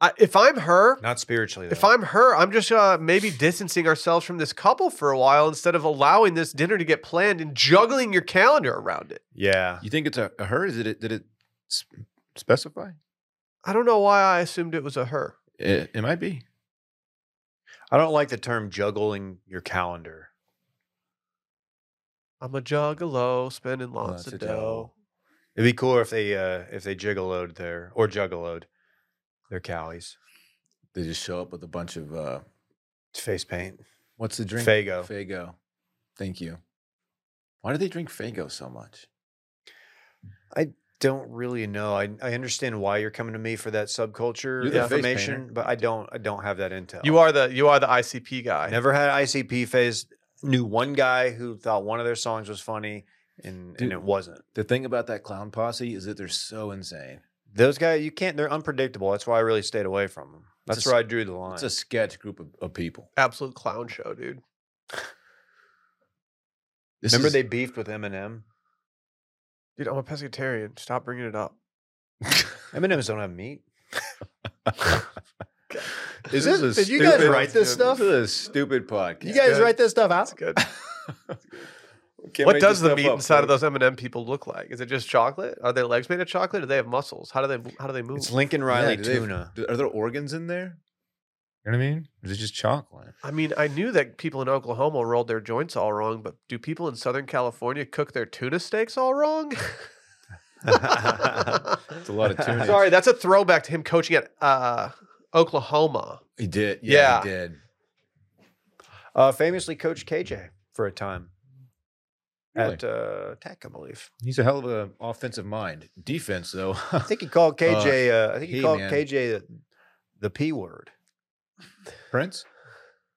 A: I, if I'm her,
B: not spiritually.
A: if
B: though.
A: I'm her, I'm just uh, maybe distancing ourselves from this couple for a while instead of allowing this dinner to get planned and juggling your calendar around it.
B: yeah,
C: You think it's a, a her? Is it? Did it s- specify?
A: I don't know why I assumed it was a her.
C: It, it might be.
B: I don't like the term juggling your calendar.
A: I'm a juggalo, spending lots,
C: Lots
A: of
C: of
A: dough.
C: dough.
B: It'd be cool if they uh if they gigoloed their or juggaloed their cowies.
C: They just show up with a bunch of uh,
B: It's face paint.
C: what's the drink?
B: Faygo.
C: Fago. Thank you. Why do they drink Fago so much?
B: Don't really know. I I understand why you're coming to me for that subculture
C: You're the face
B: information,
C: painter.
B: but I don't I don't have that intel.
A: You are the you are the ICP
B: I
A: guy.
B: never had ICP phase. Knew one guy who thought one of their songs was funny and,
C: Dude.
B: and it wasn't.
C: The thing about that clown posse is that they're so insane.
B: Those guys, you can't, they're unpredictable. That's why I really stayed away from them.
C: It's a
B: That's
C: s-
B: where I drew the line.
C: It's a sketch group of, of people.
A: Absolute clown show, dude.
C: This
B: Remember
C: is-
B: they beefed with Eminem?
A: Dude, I'm a pescatarian. Stop bringing it up.
B: Eminems don't have meat.
C: Is
B: This-
C: this a
B: did you guys
C: stupid-
B: write this stuff?
C: This is a stupid podcast.
B: You guys
A: good.
B: write this stuff
A: That's
B: out?
A: good.
C: Can't
A: what
C: make
A: does the
C: this stuff
A: meat
C: up,
A: inside of
C: folks.
A: those M&M people look like? Is it just chocolate? Are their legs made of chocolate? Do they have muscles? How do they how do they move?
B: It's Lincoln Riley
C: do they have-
B: tuna.
C: do- Are there organs in there? You know what I mean? Or Is it just chocolate?
A: I mean, I knew that people in Oklahoma rolled their joints all wrong, but do people in Southern California cook their tuna steaks all wrong?
C: It's a lot of tuna.
A: Sorry, that's a throwback to him coaching at uh, Oklahoma.
C: He did.
A: Yeah.
C: he did.
B: uh, famously coached KJ for a time
C: Really?
B: at uh, Tech, I believe.
C: He's a hell of an offensive mind. Defense, though.
B: I think he called KJ. Uh, I think he,
C: he,
B: called
C: man.
B: KJ the, the P word.
C: Prince?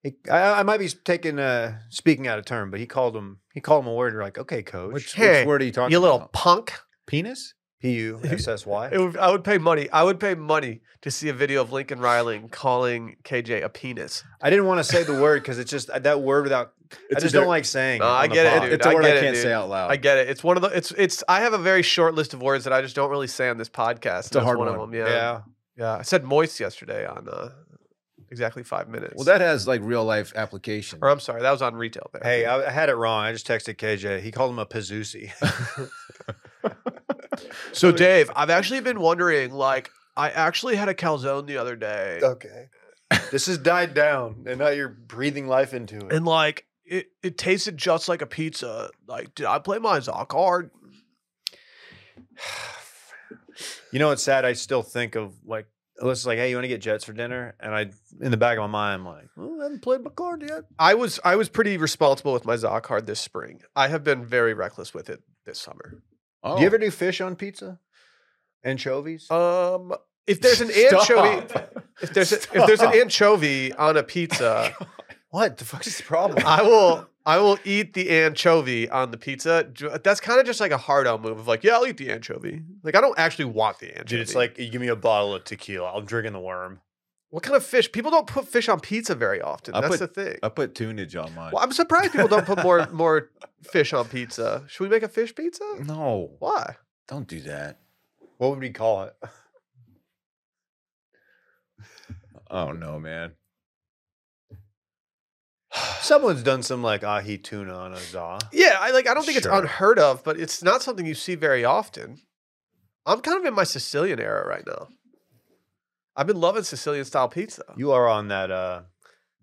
B: He, I, I might be taking uh, speaking out of turn, but he called him. He called him a word. You're like, okay, coach.
C: Which,
A: Hey,
C: which word are you talking
A: You little
C: about?
A: punk.
C: penis?
B: P U S S
A: It
B: Y.
A: would, I would pay money. I would pay money to see a video of Lincoln Riley calling KJ a penis.
B: I didn't want to say the word because it's just that word without. I
C: It's a
B: just don't
C: dirt-
B: like saying.
A: No,
B: on
A: I
B: the
A: get it,
B: pod.
A: dude.
C: It's a
A: I
C: word
A: get
C: I
A: it,
C: can't
A: dude.
C: say out loud.
A: I get it. It's one of the. It's it's. I have a very short list of words that I just don't really say on this podcast.
C: It's
A: and
C: a
A: that's
C: hard
A: one, of
C: one.
A: them. Yeah. yeah,
B: Yeah.
A: I said moist yesterday on uh, exactly five minutes.
C: Well, that has like real life application.
A: Or I'm sorry, that was on retail there.
B: Hey, I, I had it wrong. I just texted KJ. He called him a Pazoosie.
A: so Dave, I've actually been wondering. Like, I actually had a calzone the other day,
B: okay. this has died down, and now you're breathing life into it.
A: and like it, it tasted just like a pizza. Like, did I play my Zoc hard?
B: You know, it's sad. I still think of like, Alyssa's like, hey, you want to get jets for dinner? And I, in the back of my mind, I'm like, "Well, I haven't played my card yet.
A: I was I was pretty responsible with my Zoc hard this spring. I have been very reckless with it this summer.
C: Oh.
B: Do you ever do fish on pizza? Anchovies?
A: Um, if there's an anchovy, if there's a, if there's an
B: Stop.
A: anchovy on a pizza,
B: what the fuck is the problem?
A: I will I will eat the anchovy on the pizza. Ju- That's kind of just like a hard out move of like, yeah, I'll eat the anchovy. Like I don't actually want the anchovy.
B: Dude, it's like, you give me a bottle of tequila. I'm drinking the worm.
A: what kind of fish? People don't put fish on pizza very often.
C: I
A: That's
C: put-
A: the thing.
C: I put tunage on mine.
A: Well, I'm surprised people don't put more more fish on pizza. Should we make a fish
B: Mm-hmm.
A: pizza?
C: No,
A: Why?
C: don't do that.
B: What would we call it?
C: Oh no, man.
B: Someone's done some like ahi tuna on a za.
A: Yeah, I like. I don't think
C: Sure.
A: it's unheard of, but it's not something you see very often. I'm kind of in my Sicilian era right now. I've been loving Sicilian style pizza.
B: You are on that uh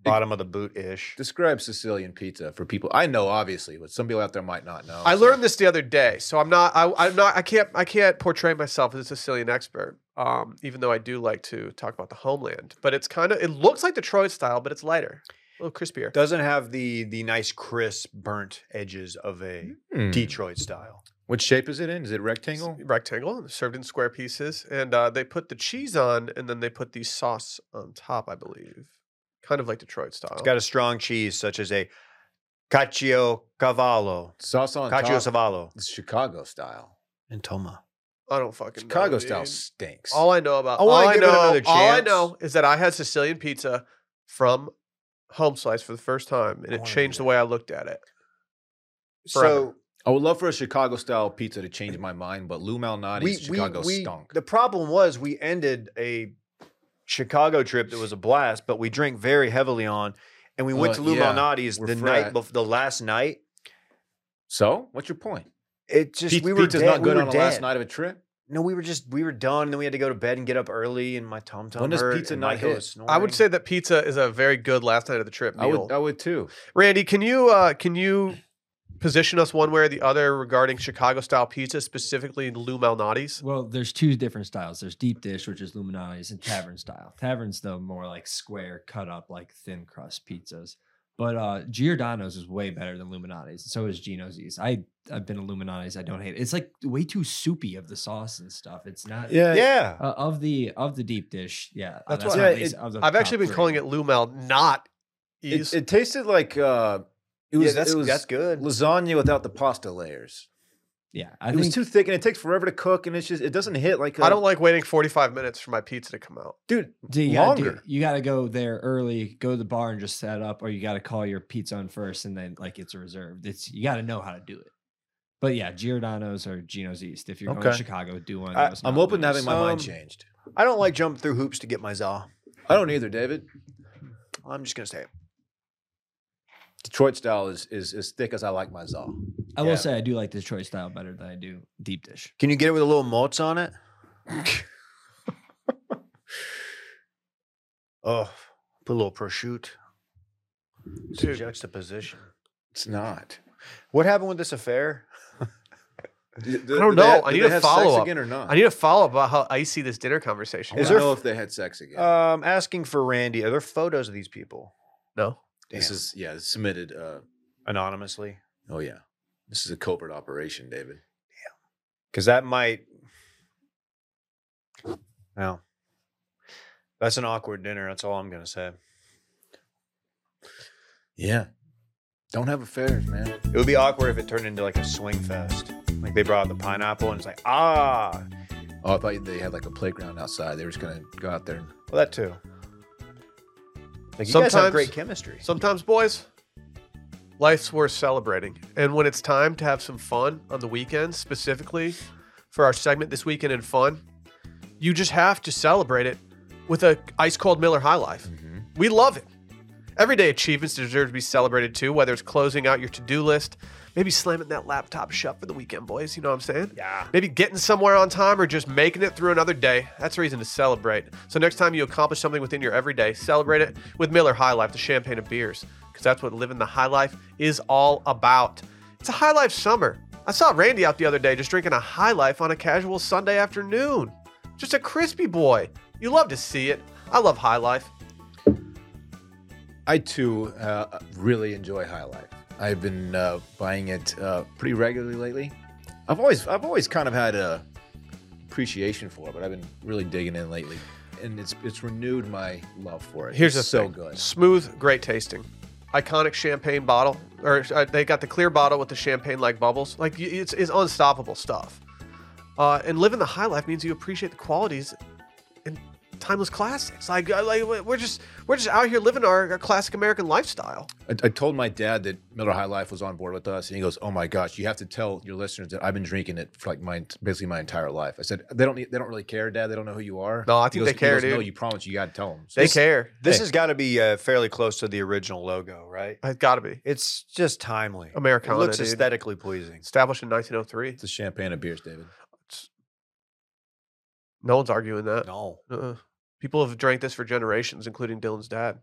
B: bottom of the boot ish.
C: Describe Sicilian pizza for people. I know, obviously, but some people out there might not know.
A: I
C: so-
A: learned this the other day, so I'm not. I, I'm not. I can't. I can't portray myself as a Sicilian expert. Um, even though I do like to talk about the homeland, but it's kind of. It looks like Detroit style, but it's lighter, a little crispier.
B: Doesn't have the the nice crisp burnt edges of a
C: Hmm.
B: Detroit style.
C: What shape is it in? Is it
A: It's
C: rectangle?
A: rectangle, served in square pieces, and uh, they put the cheese on, and then they put the sauce on top. I believe, kind of like Detroit style.
B: It's got a strong cheese such as a cacio cavallo,
C: Sauce on
B: cacio
C: top.
B: cavallo,
C: It's Chicago style.
B: and toma.
A: I don't fucking
C: Chicago
A: know,
C: style
A: dude.
C: stinks.
A: All I know about.
B: I
A: all
B: wanna
A: I
B: give it
A: know.
B: another
A: All I
B: chance.
A: know is that I had Sicilian pizza from Home Slice for the first time, and
B: I
A: it
B: wanna do
A: changed the
B: that.
A: way I looked at it.
B: So
A: Forever.
C: I would love for a Chicago style pizza to change my mind, but Lou Malnati's
B: we, we,
C: Chicago
B: we
C: stunk.
B: the problem was we ended a Chicago trip that was a blast, but we drank very heavily on, and we went
C: Uh,
B: to Lou
C: yeah,
B: Malnati's
C: we're
B: the
C: frat.
B: night before the last night.
C: so, what's your point?
B: It just
C: Pizza
B: we were
C: pizza's
B: dead.
C: not
B: we
C: good
B: were
C: on the last
B: dead.
C: night of a trip.
B: No, we were just we were done. Then we had to go to bed and get up early, and my tom tom.
C: When does
B: hurt,
C: pizza
B: and
C: not
B: Michael
C: hit?
B: was snoring.
A: I would say that pizza is a very good last night of the trip meal.
C: I would, I would too.
A: Randy, can you uh, can you position us one way or the other regarding Chicago style pizza, specifically Lou Malnati's?
F: Well, there's two different styles. There's deep dish, which is Luminati's, and tavern style. Taverns though more like square, cut up, like thin crust pizzas. But uh Giordano's is way better than Luminati's. So is Gino's East. I I've been to Luminati's. I don't hate it. It's like way too soupy of the sauce and stuff. It's not.
B: yeah.
F: Uh, of the of the deep dish, yeah, uh,
A: That's what-
F: my
C: yeah,
F: least-
C: it-
F: of the
A: I've actually
F: top
A: been
F: three.
A: calling it Lou Mal, not
C: It,
A: East.
C: it tasted like uh, it was,
B: yeah, that's
C: it was
B: that's good.
C: lasagna without the pasta layers.
F: Yeah,
C: it
F: I think
C: was too thick and it takes forever to cook and it's just, it doesn't hit like I
A: I don't like waiting 45 minutes for my pizza to come out.
C: dude,
F: Do you gotta do-
C: longer.
F: you got to go there early, go to the bar and just set up, or you got to call your pizza on first and then like it's reserved. It's you got to know how to do it. But yeah, Giordano's or Gino's East. If you're going
C: Okay.
F: to Chicago, do one. of
B: I-
F: those
C: I'm
F: not
C: open to having
F: lose.
C: my
B: Um,
C: mind changed.
B: I don't like jumping through hoops to get my za.
C: I don't either, David.
B: I'm just gonna say it.
C: Detroit style is is as thick as I like my za.
F: I
B: yeah.
F: will say I do like Detroit style better than I do deep dish.
B: Can you get it with a little malts on it? oh, put a little prosciutto. It's a
A: Dude.
B: juxtaposition.
C: It's not.
B: What happened with this affair?
A: I don't know. I need a follow-up.
C: again or not.
A: I need a follow up about how icy this dinner conversation.
C: Uh. I
B: Is
A: Is
C: don't
B: there-
C: know if they had sex again.
B: Um, asking for Randy. Are there photos of these people
A: no?
C: this
B: damn.
C: is yeah it's submitted. Uh,
B: anonymously?
C: oh yeah, this is a covert operation, David.
B: Because that might. Well, that's an awkward dinner. That's all I'm gonna say.
C: Yeah, don't have affairs, man.
B: It would be awkward if it turned into like a swing fest. Like they brought out the pineapple and it's like, ah,
C: Oh, I thought they had like a playground outside. They were just gonna go out there. And,
B: well that too. Like you guys have
A: Sometimes-
B: great chemistry.
A: Sometimes, boys, life's worth celebrating. And when it's time to have some fun on the weekends, specifically for our segment this weekend in fun, you just have to celebrate it with a ice cold Miller High Life. We love it. Everyday achievements deserve to be celebrated too, whether it's closing out your to do list, maybe slamming that laptop shut for the weekend, boys. You know what I'm saying?
B: Yeah.
A: Maybe getting somewhere on time or just making it through another day. That's a reason to celebrate. So next time you accomplish something within your everyday, celebrate it with Miller High Life, the champagne of beers, because that's what living the high life is all about. It's a high life summer. I saw Randy out the other day just drinking a high life on a casual Sunday afternoon. Just a crispy boy. You love to see it. I love high life.
C: I too uh, really enjoy High Life. I've been uh, buying it uh, pretty regularly lately. I've always I've always kind of had a appreciation for it, but I've been really digging in lately, and it's it's renewed my love for it.
A: Here's
C: it's
A: the
C: so
A: thing.
C: good.
A: smooth, great tasting, iconic champagne bottle, or uh, they got the clear bottle with the champagne-like bubbles. Like y- it's, it's unstoppable stuff. Uh, and living the high life means you appreciate the qualities and timeless classics. Like, I- like we're just we're just out here living our, our classic American lifestyle.
C: I, I told my dad that Miller High Life was on board with us, and he goes, "Oh my gosh, you have to tell your listeners that I've been drinking it for like my basically my entire life." I said, "They don't need, they don't really care, Dad. They don't know who you are."
A: No, I
C: He
A: think
C: goes-
A: they care,
C: he goes, No,
A: dude.
C: you promise, you got to tell them.
A: They care.
B: This
C: Hey.
B: has got to be uh, fairly close to the original logo, right?
A: Uh, It's got to be
B: It's just timely. It
A: Americana.
B: looks
A: dude.
B: aesthetically pleasing.
A: Established in 1903.
C: It's a champagne of beers, David.
A: No one's arguing that.
B: No.
A: uh, Uh-uh. People have drank this for generations, including Dylan's dad.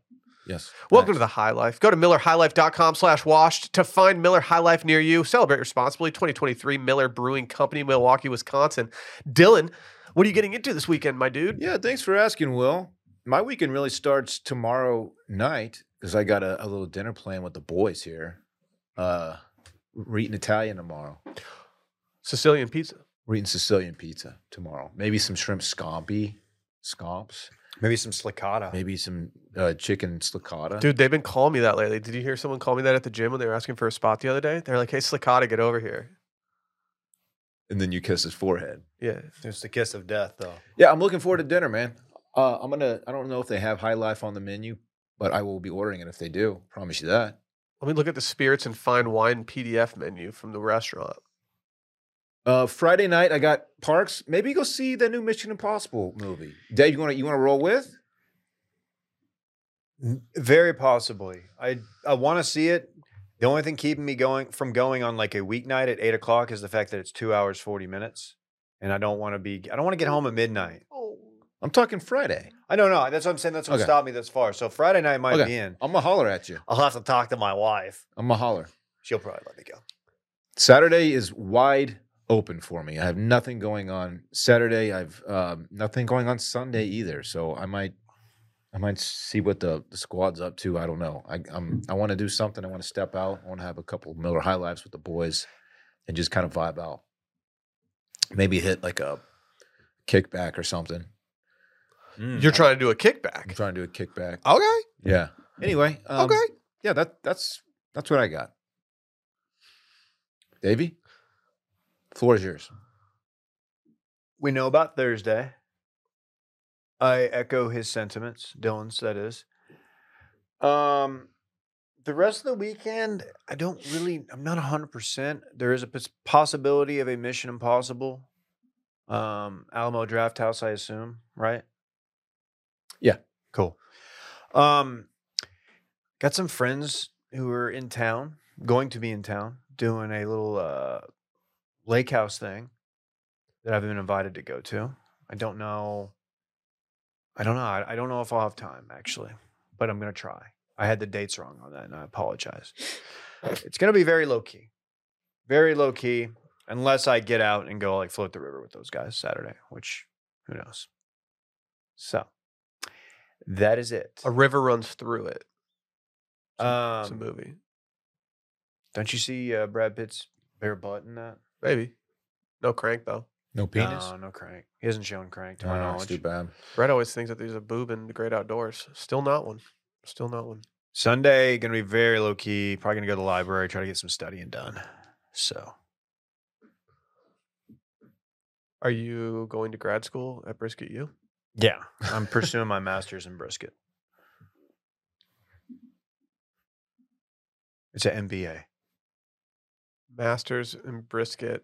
C: Yes.
A: Welcome
C: Nice.
A: to the High Life. Go to MillerHighLife.com slash washed to find Miller High Life near you. Celebrate responsibly. 2023 Miller Brewing Company, Milwaukee, Wisconsin. Dylan, what are you getting into this weekend, my dude?
C: Yeah, thanks for asking, Will. My weekend really starts tomorrow night because I got a, a little dinner plan with the boys here. Uh, we're eating Italian tomorrow.
A: Sicilian pizza.
C: We're eating Sicilian pizza tomorrow. Maybe some shrimp scampi, scamps.
B: Maybe some slicata.
C: Maybe some uh, chicken slicata.
A: Dude, they've been calling me that lately. Did you hear someone call me that at the gym when they were asking for a spot the other day? They're like, hey, Slicata, get over here.
C: And then you kiss his forehead.
A: Yeah.
B: It's the kiss of death, though.
C: Yeah, I'm looking forward to dinner, man. Uh, I'm gonna. I don't know if they have High Life on the menu, but I will be ordering it if they do. Promise you that.
A: Let me look at the spirits and fine wine PDF menu from the restaurant.
C: Uh, Friday night, I got Parks. Maybe go see the new Mission Impossible movie. Dave, you want to you want to roll with?
B: Very possibly. I I want to see it. The only thing keeping me going from going on like a weeknight at eight o'clock is the fact that it's two hours forty minutes, and I don't want to be. I don't want to get home at midnight.
C: I'm talking Friday.
B: I don't know. That's what I'm saying. That's what
C: Okay.
B: stopped me this far. So Friday night might
C: Okay.
B: be in.
C: I'm gonna holler at you.
B: I'll have to talk to my wife.
C: I'm gonna holler.
B: She'll probably let me go.
C: Saturday is wide open for me. I have nothing going on Saturday. I've um, nothing going on Sunday either. So I might, I might see what the, the squad's up to. I don't know. I I'm, I want to do something. I want to step out. I want to have a couple Miller High Lives with the boys, and just kind of vibe out. Maybe hit like a kickback or something.
A: You're trying to do a
C: Hmm. I'm
A: kickback.
C: trying to do a kickback.
A: Okay.
C: Yeah. Anyway. Um,
A: Okay.
C: Yeah. That that's that's what I got. Davey, floor is yours.
B: we know about Thursday. I echo his sentiments, Dylan's. That is. Um, the rest of the weekend, I don't really. I'm not 100. percent There is a pos- possibility of a Mission Impossible. Um, Alamo Draft House, I assume, right?
C: Yeah.
B: Cool. Um, got some friends who are in town, going to be in town, doing a little uh lake house thing that I've been invited to go to. I don't know. I don't know. I, I don't know if I'll have time actually, but I'm gonna try. I had the dates wrong on that, and I apologize. It's gonna be very low key, very low key, unless I get out and go like float the river with those guys Saturday, which who knows. So that is it.
A: A river runs through it. It's a
B: Um,
A: movie.
B: don't you see uh, Brad Pitt's bare butt in that?
A: Maybe. No crank, though.
C: No penis.
B: No, no crank. He hasn't shown crank to my
A: Ah,
C: Oh, it's
B: knowledge.
C: too bad.
A: Brett always thinks that there's a boob in the great outdoors. Still not one. Still not one.
B: Sunday gonna be very low key. Probably gonna go to the library, try to get some studying done. So
A: Are you going to grad school at Brisket U?
B: yeah, I'm pursuing my master's in brisket. It's an MBA.
A: Masters in Brisket.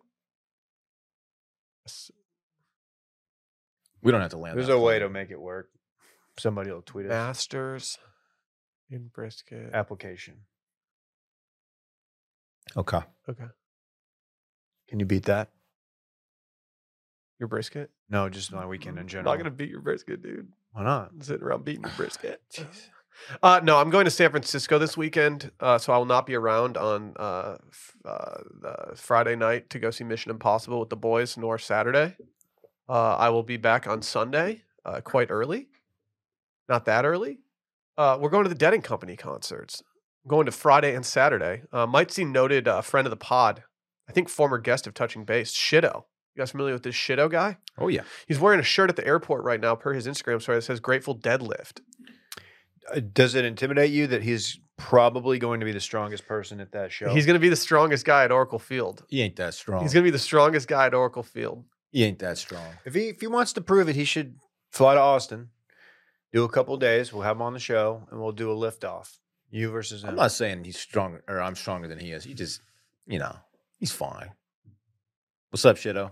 A: S-
C: We don't have to land.
B: There's
C: that
B: a way to
C: plane.
B: make it work. Somebody will tweet it.
A: Masters in Brisket.
B: Application.
C: Okay.
A: Okay.
B: Can you beat that?
A: Your brisket?
B: No, just my weekend in
A: I'm
B: general.
A: not going to beat your brisket, dude.
B: Why not?
A: I'm sitting around beating your brisket. Uh, no, I'm going to San Francisco this weekend, uh, so I will not be around on uh, f- uh, the Friday night to go see Mission Impossible with the boys, nor Saturday. Uh, I will be back on Sunday, uh, quite early, not that early. Uh, we're going to the Dead and Company concerts. I'm going to Friday and Saturday. Uh, might see noted uh, friend of the pod, I think former guest of Touching Base, Shido. You guys familiar with this Shido guy?
C: Oh yeah.
A: He's wearing a shirt at the airport right now, per his Instagram story that says "Grateful Deadlift."
B: Uh, Does it intimidate you that he's probably going to be the strongest person at that show?
A: He's going to be the strongest guy at Oracle Field.
C: He ain't that strong.
A: He's going to be the strongest guy at Oracle Field.
C: he ain't that strong.
B: If he if he wants to prove it, he should fly to Austin, do a couple days. We'll have him on the show, and we'll do a liftoff. You versus him.
C: I'm not saying he's stronger or I'm stronger than he is. He just, you know, he's fine. What's up, Shido?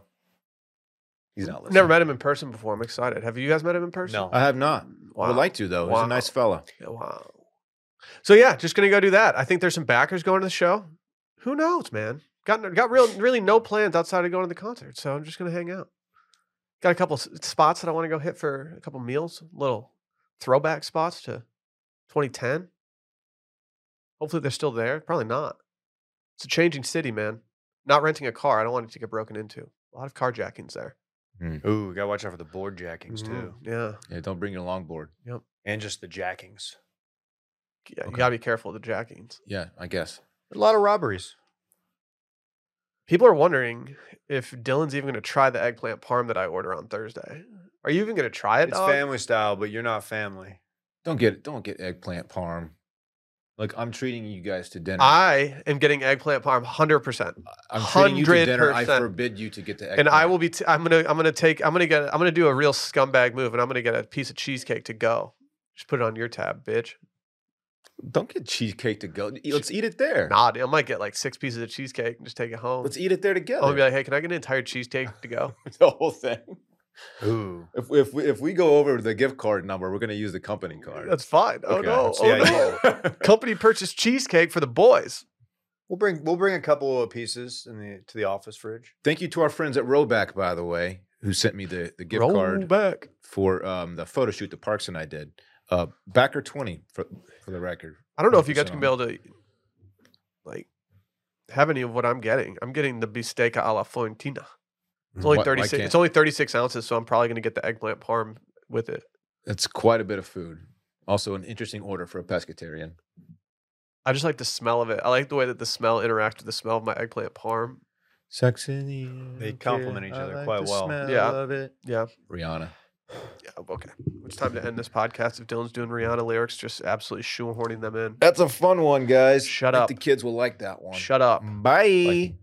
C: He's not listening.
A: Never met him in person before. I'm excited. Have you guys met him in person?
B: no.
C: I have not. I
A: Wow.
C: would like to though. He's
A: Wow.
C: a nice fella.
A: Yeah, Wow. So yeah, just going to go do that. I think there's some backers going to the show. Who knows, man? Got n- got real really no plans outside of going to the concert, so I'm just going to hang out. Got a couple s- spots that I want to go hit for a couple meals, little throwback spots to 2010. Hopefully they're still there. Probably not. It's a changing city, man. Not renting a car. I don't want it to get broken into. A lot of carjackings there.
B: Ooh, gotta watch out for the board jackings
A: Mhm,
B: too,
A: Yeah.
C: Yeah, don't bring your longboard.
B: and just the jackings.
A: Yeah, You
C: Okay.
A: gotta be careful of the jackings.
C: Yeah, I guess.
B: A lot of robberies.
A: People are wondering if Dylan's even gonna try the eggplant parm that I order on Thursday. Are you even gonna try it?
B: It's
A: dog?
B: family style, but you're not family.
C: Don't get don't get eggplant parm. Like I'm treating you guys to dinner.
A: I am getting eggplant parm, hundred percent,
C: I'm treating you to dinner. I
A: 100%.
C: forbid you to get the eggplant.
A: and I will be. T- I'm gonna. I'm gonna take. I'm gonna get. I'm gonna do a real scumbag move, and I'm gonna get a piece of cheesecake to go. Just put it on your tab, bitch.
C: don't get cheesecake to go. Let's eat it there.
A: Nah, dude, I might get like six pieces of cheesecake and just take it home.
C: Let's eat it there together.
A: I'm gonna be like, hey, can I get an entire cheesecake to go?
C: the whole thing.
B: Ooh,
C: If if we, if we go over the gift card number, we're gonna use the company card.
A: That's fine. Oh
C: Okay,
A: no!
C: that's
A: Oh
B: the
A: no!
B: idea.
A: Company purchased cheesecake for the boys.
B: we'll bring we'll bring a couple of pieces in the to the office fridge.
C: Thank you to our friends at Roback, by the way, who sent me the, the gift
A: Roll
C: card
A: back.
C: for um, the photo shoot that Parks and I did. Uh, backer twenty for for the record.
A: I don't know if you guys
C: 100%
A: can be able to like have any of what I'm getting. I'm getting the bisteca a la Florentina. It's only
C: Why- why
A: 36.
C: can't-
A: it's only 36 ounces, so I'm probably going to get the eggplant parm with it.
C: That's quite a bit of food. Also, an interesting order for a pescatarian.
A: I just like the smell of it. I like the way that the smell interacts with the smell of my eggplant parm.
C: Sex in the
B: They air, complement yeah, each I other like quite the well. smell
A: Yeah.
C: Love it.
A: Yeah.
C: Rihanna.
A: Yeah. Okay. It's time to end this podcast. If Dylan's doing Rihanna lyrics, just absolutely shoehorning them in.
C: That's a fun one, guys.
A: Shut
C: I think
A: up.
C: The kids will like that one.
A: Shut up.
C: Bye.